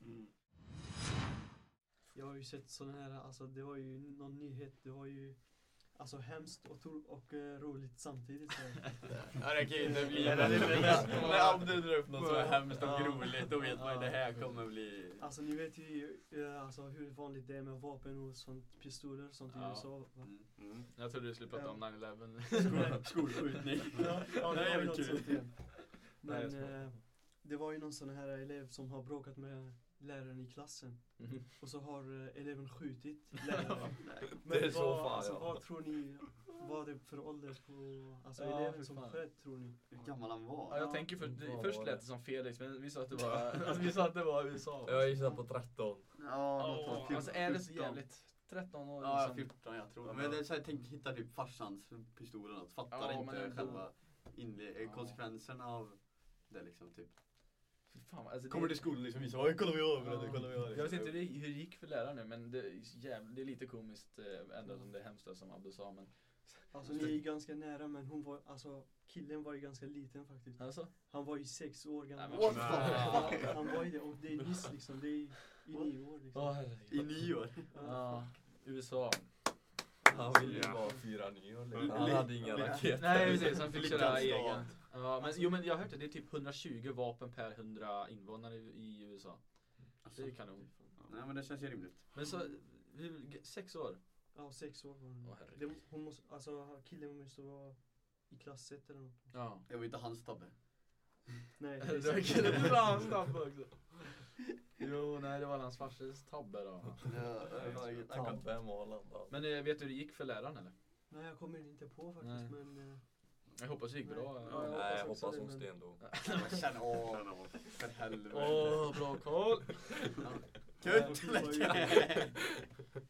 Speaker 11: Mm. Jag har ju sett sådana här, alltså det var ju någon nyhet, det var ju Alltså hemskt och, tro- och eh, roligt samtidigt. Så.
Speaker 2: (laughs) Ja det kan ju inte bli
Speaker 1: Ja, det är det bästa.
Speaker 2: Men om du drar upp något som är hemskt och
Speaker 11: Ja.
Speaker 2: roligt då vet man ju det här
Speaker 1: Ja.
Speaker 2: kommer bli...
Speaker 11: Alltså ni vet ju eh, alltså, hur vanligt det är med vapen och sånt, pistoler och sånt i
Speaker 1: Ja.
Speaker 11: USA. va?
Speaker 3: Mm.
Speaker 1: Jag trodde du skulle prata om (laughs) 9-11. (laughs)
Speaker 2: Skol- Skolskjutning.
Speaker 11: Ja, ja, det var ju
Speaker 2: jävligt
Speaker 11: något
Speaker 2: kul.
Speaker 11: sånt igen.
Speaker 1: Nej, jag
Speaker 11: Men
Speaker 1: skojar.
Speaker 11: eh, det var ju någon sån här elev som har bråkat med läraren i
Speaker 1: (laughs)
Speaker 11: klassen.
Speaker 1: Mhm.
Speaker 11: Och så har eh, eleven skjutit läraren. Men
Speaker 2: Det är så
Speaker 11: vad,
Speaker 2: fan,
Speaker 11: alltså,
Speaker 2: ja.
Speaker 11: vad tror ni var det för ålder på alltså,
Speaker 1: Ja, för
Speaker 11: eleven som
Speaker 1: fan.
Speaker 11: sköt tror ni?
Speaker 2: Hur gammal han
Speaker 1: Ja,
Speaker 2: var?
Speaker 1: jag tänker för,
Speaker 8: Vad
Speaker 1: först
Speaker 8: var
Speaker 1: lät det som Felix men vi sa att det var, alltså, (laughs) vi sa att det var USA.
Speaker 8: Jag gissar på 13.
Speaker 2: Ja, något sånt.
Speaker 1: Åh, alltså är det så
Speaker 2: 14.
Speaker 1: jävligt? 13 år
Speaker 2: Ja,
Speaker 1: liksom.
Speaker 2: 14 jag tror Men det är så här, tänk hitta typ farsans pistol eller något. Fattar
Speaker 1: Ja, men
Speaker 2: inte
Speaker 1: ändå.
Speaker 2: själva inle- eh,
Speaker 1: Ja.
Speaker 2: konsekvenserna av det liksom typ.
Speaker 1: Fy fan, alltså, det-
Speaker 2: Kommer till skolan liksom visa, oj kolla vad jag har,
Speaker 1: Ja.
Speaker 2: kolla vad jag har.
Speaker 1: Jag vet inte hur det, hur det gick för läraren nu men det är, så jävla, det är lite komiskt eh, ändå som det är hemskt då, som Abbe sa men
Speaker 11: Alltså ni är ju ganska nära men hon var, alltså killen var ju ganska liten faktiskt.
Speaker 1: alltså.
Speaker 11: Han var ju sex år
Speaker 1: Nej,
Speaker 11: gammal.
Speaker 1: men,
Speaker 2: What the
Speaker 1: Nej.
Speaker 2: fuck?
Speaker 11: Han var ju det och det är nyss liksom, det är i nio år liksom.
Speaker 1: Åh,
Speaker 2: I
Speaker 1: herregud.
Speaker 2: nio år.
Speaker 1: Ja, USA.
Speaker 8: Han
Speaker 2: Alltså,
Speaker 8: ville ju
Speaker 3: Ja.
Speaker 8: bara fira nyår liksom.
Speaker 2: Li-
Speaker 8: Han hade inga
Speaker 2: li-
Speaker 8: raketer.
Speaker 1: Nej precis, han fick köra
Speaker 2: Lyckad stad.
Speaker 1: egen. Ja, men, jo men jag har hört att det är typ 120 vapen per 100 invånare i, i USA. Det är kanon.
Speaker 2: alltså, Nej men det känns ju rimligt.
Speaker 1: Men så, hur, sex år?
Speaker 11: Ja, sex år var hon.
Speaker 1: Åh, herregud.
Speaker 11: det, hon måste, alltså killen måste vara i klass ett eller något.
Speaker 1: Ja.
Speaker 2: Det var inte hans tabbe.
Speaker 11: Nej, det
Speaker 1: (laughs)
Speaker 11: är
Speaker 1: Det var
Speaker 11: sex
Speaker 1: kul
Speaker 11: år.
Speaker 1: att hans tabbe också. Jo, nej det var hans farsas tabbe då.
Speaker 8: Tampe, Måland.
Speaker 1: Men eh, vet du hur det gick för läraren eller?
Speaker 11: Nej, jag kommer inte på
Speaker 1: Nej.
Speaker 11: faktiskt men... eh,
Speaker 1: Jag hoppas det gick bra.
Speaker 11: Nej.
Speaker 1: Åh,
Speaker 11: Ja,
Speaker 8: Nej, jag
Speaker 11: hoppas
Speaker 8: hoppas
Speaker 11: också
Speaker 8: hon
Speaker 11: det,
Speaker 8: stendog.
Speaker 11: men-
Speaker 2: Känn av,
Speaker 3: Känna av.
Speaker 2: för helvete. (laughs)
Speaker 1: bra koll!
Speaker 2: Kutt!
Speaker 11: Nej, jag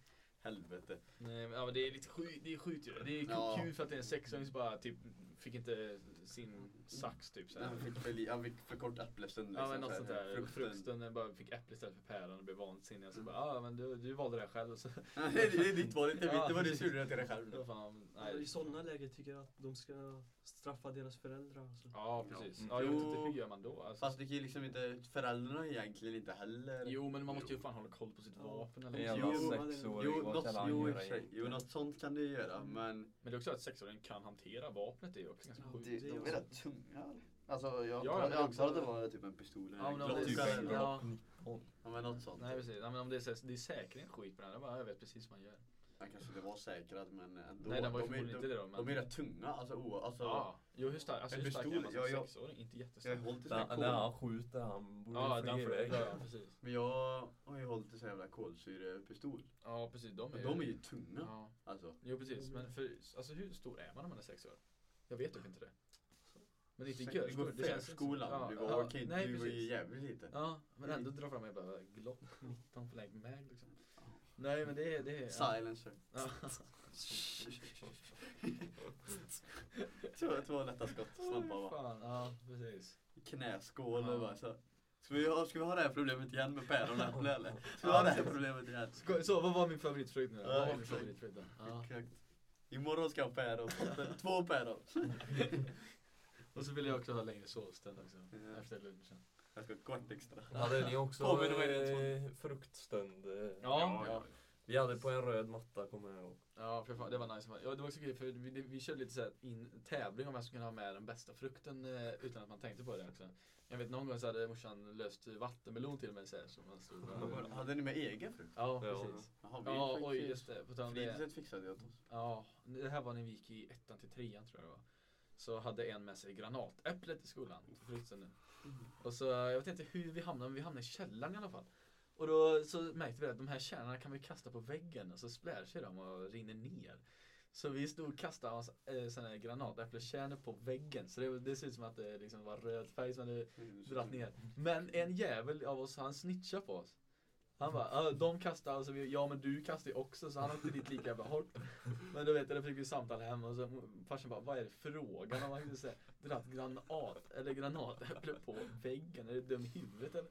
Speaker 2: Helvete.
Speaker 1: Nej men, ja, men det är lite sjukt, det är sjukt ju. Det är
Speaker 2: Ja.
Speaker 1: kul för att det är en sexåring som bara typ fick inte sin sax typ så
Speaker 2: Han
Speaker 1: här.
Speaker 2: fick, för, han fick för kort äpplestunder
Speaker 1: Ja men något
Speaker 2: så
Speaker 1: sånt
Speaker 2: här,
Speaker 1: där.
Speaker 2: frukten.
Speaker 1: Fruktstunden bara fick äpple istället för päron och blev vansinnig. Och så bara, ja ah, men du, du valde det här själv. Så,
Speaker 2: Nej, (laughs) det är ditt val, inte mitt.
Speaker 1: Ja,
Speaker 2: Det var du
Speaker 1: precis.
Speaker 2: som gjorde det till dig själv.
Speaker 1: då fan, nej.
Speaker 11: Alltså, I sådana lägen tycker jag att de ska straffa deras föräldrar. Alltså.
Speaker 1: Ja precis.
Speaker 8: Mm.
Speaker 1: Ja, jag vet inte,
Speaker 2: Jo.
Speaker 1: hur gör man då? Alltså,
Speaker 2: Fast det kan ju liksom inte, föräldrarna egentligen inte heller.
Speaker 1: jo men man måste ju fan hålla koll på sitt
Speaker 11: Ja.
Speaker 1: vapen eller
Speaker 5: En
Speaker 1: något.
Speaker 2: Jo,
Speaker 5: jävla
Speaker 2: men-
Speaker 5: sexåring,
Speaker 2: Jo,
Speaker 5: vad
Speaker 2: något,
Speaker 5: kan han
Speaker 2: jo, i och
Speaker 5: göra
Speaker 2: för sig. jo,
Speaker 5: egentligen?
Speaker 2: något sånt kan du
Speaker 1: Mm.
Speaker 2: göra men
Speaker 1: Men det är också att sexåringen kan hantera vapnet, det är ju också ganska
Speaker 11: Ja,
Speaker 1: sjukt.
Speaker 11: det- de är rätt
Speaker 2: tunga. Alltså jag,
Speaker 1: Ja, men
Speaker 2: jag antar att
Speaker 1: också-
Speaker 2: det var typ en pistol eller
Speaker 1: Ja,
Speaker 2: en
Speaker 1: men om det
Speaker 2: glock.
Speaker 1: är
Speaker 5: Typ
Speaker 1: så här-
Speaker 5: en
Speaker 1: ja.
Speaker 5: Glock 19.
Speaker 2: Ja men något sånt.
Speaker 1: Nej precis, ja, men om det är, så- det är säkerligen skit på den här, bara, jag vet precis vad man gör.
Speaker 2: Han kanske inte var säkrad men ändå.
Speaker 1: Nej den var ju
Speaker 2: de, är,
Speaker 1: förmodligen
Speaker 2: de,
Speaker 1: inte det då men.
Speaker 2: de är rätt tunga alltså. O, alltså
Speaker 1: Ja, jo hur stark, alltså
Speaker 2: En
Speaker 1: hur stark är
Speaker 2: pistol,
Speaker 1: man som
Speaker 2: jag- jag-
Speaker 1: sexåring? Inte
Speaker 2: Jag har
Speaker 1: jättestark.
Speaker 2: ju hållit i sån
Speaker 5: När
Speaker 2: här
Speaker 5: när
Speaker 2: kol,
Speaker 5: han skjuter, han borde
Speaker 1: Ja,
Speaker 5: flyga
Speaker 1: den får
Speaker 5: iväg.
Speaker 1: ja, precis.
Speaker 2: men jag har ju hållit i sån här jävla kolsyrepistol.
Speaker 1: Ja precis, de är
Speaker 2: Men
Speaker 1: ju...
Speaker 2: de är ju tunga
Speaker 1: Ja,
Speaker 2: alltså.
Speaker 1: jo precis. Men för, alltså hur stor är man när man är sex år? Jag vet typ inte det. Men inte
Speaker 2: Sen-
Speaker 1: gör
Speaker 2: Du går
Speaker 1: det känns inte som-
Speaker 2: förskolan, du
Speaker 1: ja,
Speaker 2: var kid,
Speaker 1: nej,
Speaker 2: du Mm. var ju
Speaker 1: precis.
Speaker 2: jävligt liten.
Speaker 1: Ja, men ändå dra fram en jävla Glock 19 på lägg mag liksom. Nej men det är... Det är ja.
Speaker 2: Silencer.
Speaker 1: Ja.
Speaker 2: två, två lätta skott, snabba va.
Speaker 1: Fan, ja precis.
Speaker 2: Knäskål
Speaker 1: Ja.
Speaker 2: och bara så. Ska vi, ha, ska vi ha det här problemet igen med päron och
Speaker 1: (laughs)
Speaker 2: äpple eller? Ska vi ha det här problemet igen?
Speaker 1: Ska, så vad var min favoritfrukt nu då?
Speaker 2: Ja,
Speaker 1: Vad var min
Speaker 2: exakt.
Speaker 1: favoritfrukt då? Ja.
Speaker 2: Exakt. Imorgon ska jag ha päron. Två päron.
Speaker 1: (laughs) Och så ville jag också ha längre sovstund också. Efter lunchen.
Speaker 2: Jag ska ha kvart extra.
Speaker 5: Hade ni också
Speaker 2: Påminner mig lite
Speaker 5: eh, fruktstund? eh?
Speaker 1: Ja,
Speaker 2: Ja.
Speaker 5: Vi hade på en röd matta, kommer jag ihåg.
Speaker 1: ja för fan, det var nice. Ja, det var också kul för vi, vi körde lite så här in, tävling om vem som kunde ha med den bästa frukten eh, utan att man tänkte på det också. Jag vet någon gång så hade morsan löst vattenmelon till mig så här, så man stod (laughs) bara,
Speaker 2: Hade ni med egen frukt?
Speaker 1: Ja,
Speaker 5: Ja.
Speaker 1: precis.
Speaker 2: Jaha, vi
Speaker 1: Ja,
Speaker 2: fick
Speaker 1: oj
Speaker 2: ju-
Speaker 1: just det. På tal om det.
Speaker 2: Fritidset fixade jag åt oss.
Speaker 1: Ja, det här var när vi gick i ettan till trean tror jag det var. Så hade en med sig granatäpplet i skolan på frukten. Och så, jag vet inte hur vi hamnade, men vi hamnade i källaren i alla fall. Och då så märkte vi att de här kärnorna kan vi kasta på väggen och så splashar de och rinner ner. Så vi stod och kastade massa, eh, såna här granatäppelkärnor på väggen. Så det, det ser ut som att det liksom var röd färg som hade dratt ner. Men en jävel av oss, han snitchade på oss. Han bara, "Ja, de kastar, alltså, vi- ja men du kastar ju också så han åkte dit lika jävla hårt. Men du vet, då fick vi samtal hem och så farsan bara, vad är det frågan om? Man kunde säga, dratt granat eller granatäpple på väggen, är du dum i huvudet eller?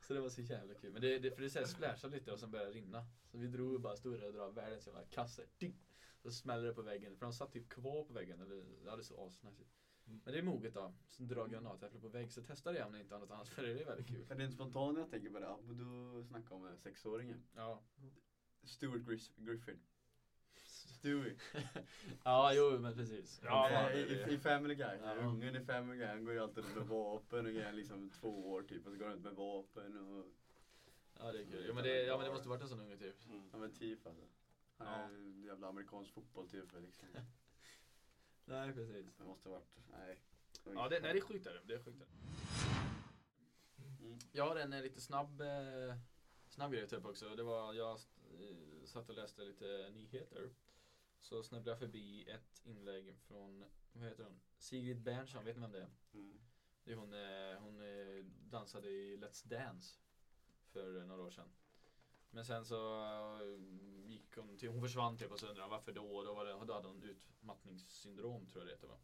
Speaker 1: Så det var så jävla kul. Men det, det för det såhär splashade lite och sen började det rinna. Så vi drog och bara stod där och drog världens jävla kasse. Ding! Så smällde det på väggen, för de satt typ kvar på väggen. Eller, ja, det såg asnice ut. Men det är moget då. Så dra granatäpple på vägg, så testa det om ni inte har något annat för det är väldigt
Speaker 2: (laughs)
Speaker 1: kul.
Speaker 2: Rent spontant när jag tänker på det, ja, men då snackar jag om eh, sexåringen.
Speaker 1: Ja.
Speaker 2: Stuart Gris- Griffin. Stewie.
Speaker 1: Ja, jo men precis.
Speaker 3: Ja,
Speaker 2: Eh,
Speaker 3: fan, det är
Speaker 2: i,
Speaker 3: det.
Speaker 2: I Family Guy.
Speaker 1: Ja.
Speaker 2: Ungen i Family Guy, han går ju alltid runt med vapen och grejer liksom två år typ. Och så går han runt med vapen och...
Speaker 1: Ja, det är kul. Jo, men det, ja, men det måste varit en sån unge typ.
Speaker 3: Mm.
Speaker 2: Ja men typ alltså. Han
Speaker 1: Ja.
Speaker 2: är en jävla amerikansk fotboll typ liksom.
Speaker 1: Nej, precis.
Speaker 2: Det måste ha varit, nej.
Speaker 1: Ja, det, nej, det är sjukt är det. det är sjukt är det.
Speaker 2: Mm.
Speaker 1: Jag har en eh, lite snabb, eh, snabb grej typ också. Det var, jag eh, satt och läste lite nyheter. Så snubblade jag förbi ett inlägg från, vad heter hon? Sigrid Bernson, vet ni vem det är?
Speaker 3: Mm.
Speaker 1: Det är hon, eh, hon eh, dansade i Let's Dance för eh, några år sedan. Men sen så eh, gick hon till, hon försvann typ och så undrade jag varför då? Och Då, var det, då hade hon utmattningssyndrom tror jag det heter va?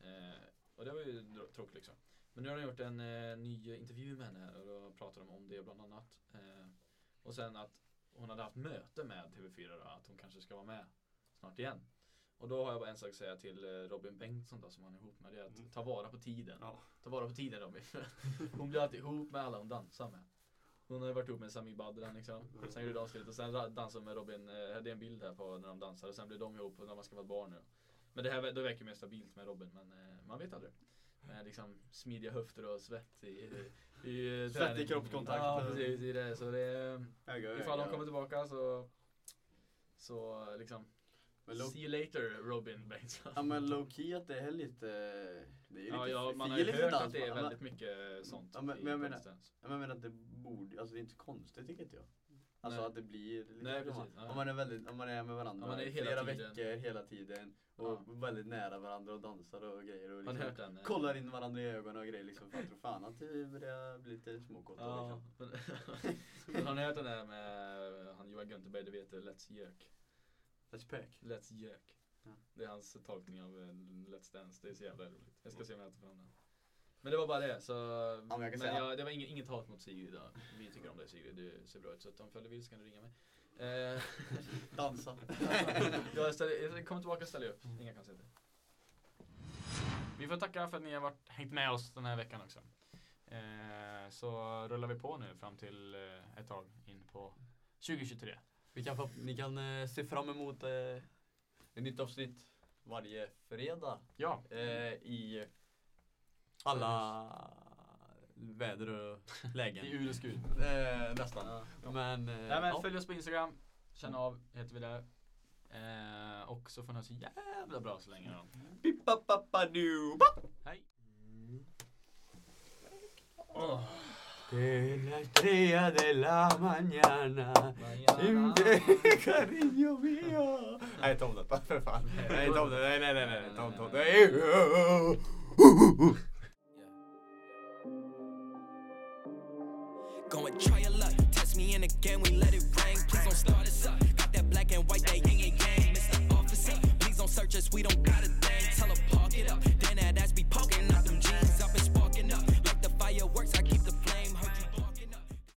Speaker 1: Eh, och det var ju dr- tråkigt liksom. Men nu har de gjort en eh, ny intervju med henne och då pratar de om det bland annat. Eh, och sen att hon hade haft möte med TV4 då, att hon kanske ska vara med snart igen. Och då har jag bara en sak att säga till eh, Robin Bengtsson då, som han är ihop med. Det är
Speaker 3: Mm.
Speaker 1: att ta vara på tiden.
Speaker 3: Ja.
Speaker 1: Ta vara på tiden Robin. (laughs) hon blir alltid ihop med alla hon dansar med. Hon har ju varit ihop med Sami Badran liksom.
Speaker 3: Mm.
Speaker 1: Sen gjorde de slut och sen ra- dansade hon med Robin. eh, Det är en bild här på när de dansade. Sen blev de ihop när man ska vara ett barn nu. Men det här det verkar mer stabilt med Robin. Men eh, man vet aldrig. Med liksom smidiga höfter och svett i, i, i
Speaker 2: Svett i
Speaker 1: träning.
Speaker 2: kroppskontakt.
Speaker 1: Ja precis. I det. Så det, är-
Speaker 2: Öga, öga.
Speaker 1: ifall de kommer tillbaka så så liksom,
Speaker 2: Men low,
Speaker 1: see you later Robin Bengtsson.
Speaker 2: ja men low key att det är lite, det är ju
Speaker 1: Ja,
Speaker 2: lite alltså.
Speaker 1: ja, man har
Speaker 2: fil
Speaker 1: ju
Speaker 2: i sin
Speaker 1: hört att
Speaker 2: dans,
Speaker 1: det är
Speaker 2: men-
Speaker 1: väldigt mycket sånt.
Speaker 2: Ja, men-
Speaker 1: i
Speaker 2: men jag menar-
Speaker 1: Let's Dance.
Speaker 2: Ja, men Jag menar att det borde, alltså det är inte konstigt tycker inte jag. Alltså
Speaker 1: Nej.
Speaker 2: att det blir lite
Speaker 1: Nej,
Speaker 2: så.
Speaker 1: precis. Nej.
Speaker 2: Om man är väldigt, om man är med varandra
Speaker 1: Om man är hela
Speaker 2: flera
Speaker 1: tiden.
Speaker 2: veckor hela tiden och
Speaker 1: Ja.
Speaker 2: väldigt nära varandra och dansar och grejer och
Speaker 1: Har ni hört
Speaker 2: liksom
Speaker 1: den? eh?
Speaker 2: kollar in varandra i ögonen och grejer liksom. För jag tror fan att vi börjar bli lite småkåta
Speaker 1: Ja,
Speaker 2: liksom.
Speaker 1: men, men (laughs) har ni hört den eh, där med han Johan Gunterberg, du vet Let's Jök?
Speaker 2: Let's pack.
Speaker 1: Let's Jök. Det är hans tolkning av eh, Let's Dance. Det är så jävla roligt. Jag ska se om jag får fram den. Men det var bara det. Så,
Speaker 12: men jag kan säga-
Speaker 1: jag, det var inget, inget hat mot Sigrid. ja. Vi tycker om dig Sigrid. Du ser bra ut. Så att om följer vill så kan du ringa mig.
Speaker 12: (laughs)
Speaker 1: Eh,
Speaker 12: Dansa.
Speaker 1: jag, ställer, jag kommer tillbaka och ställer upp.
Speaker 12: Mm.
Speaker 1: Inga konstigheter. Vi får tacka för att ni har varit, hängt med oss den här veckan också. Eh, så rullar vi på nu fram till eh, ett tag in på 2023.
Speaker 2: Vi kan, förhopp- ni kan eh, se fram emot eh, ett nytt avsnitt varje fredag
Speaker 1: Ja,
Speaker 2: eh, i alla väder och
Speaker 1: (laughs)
Speaker 2: lägen.
Speaker 1: i ur och skur.
Speaker 2: eh, nästan.
Speaker 1: Ja.
Speaker 2: Men, eh,
Speaker 1: Nej, men
Speaker 2: ja. Mm.
Speaker 1: följ oss på Instagram, känn av heter vi där. Eh, och så får ni ha så jävla bra så länge då.
Speaker 2: Pippapapadoo!
Speaker 1: Hej!
Speaker 2: De las tres de la mañana. Inte Carrillo mio. Nej, ta om detta för fan. Nej, ta om det. Nej, nej, nej, nej, ta om ta om det. Nej.
Speaker 13: Go and try your luck. Test me in again, we let it rain. Please don't start us up. Got that black and white, that yin and yang. Mr. Officer, please don't search us, we don't got a thing.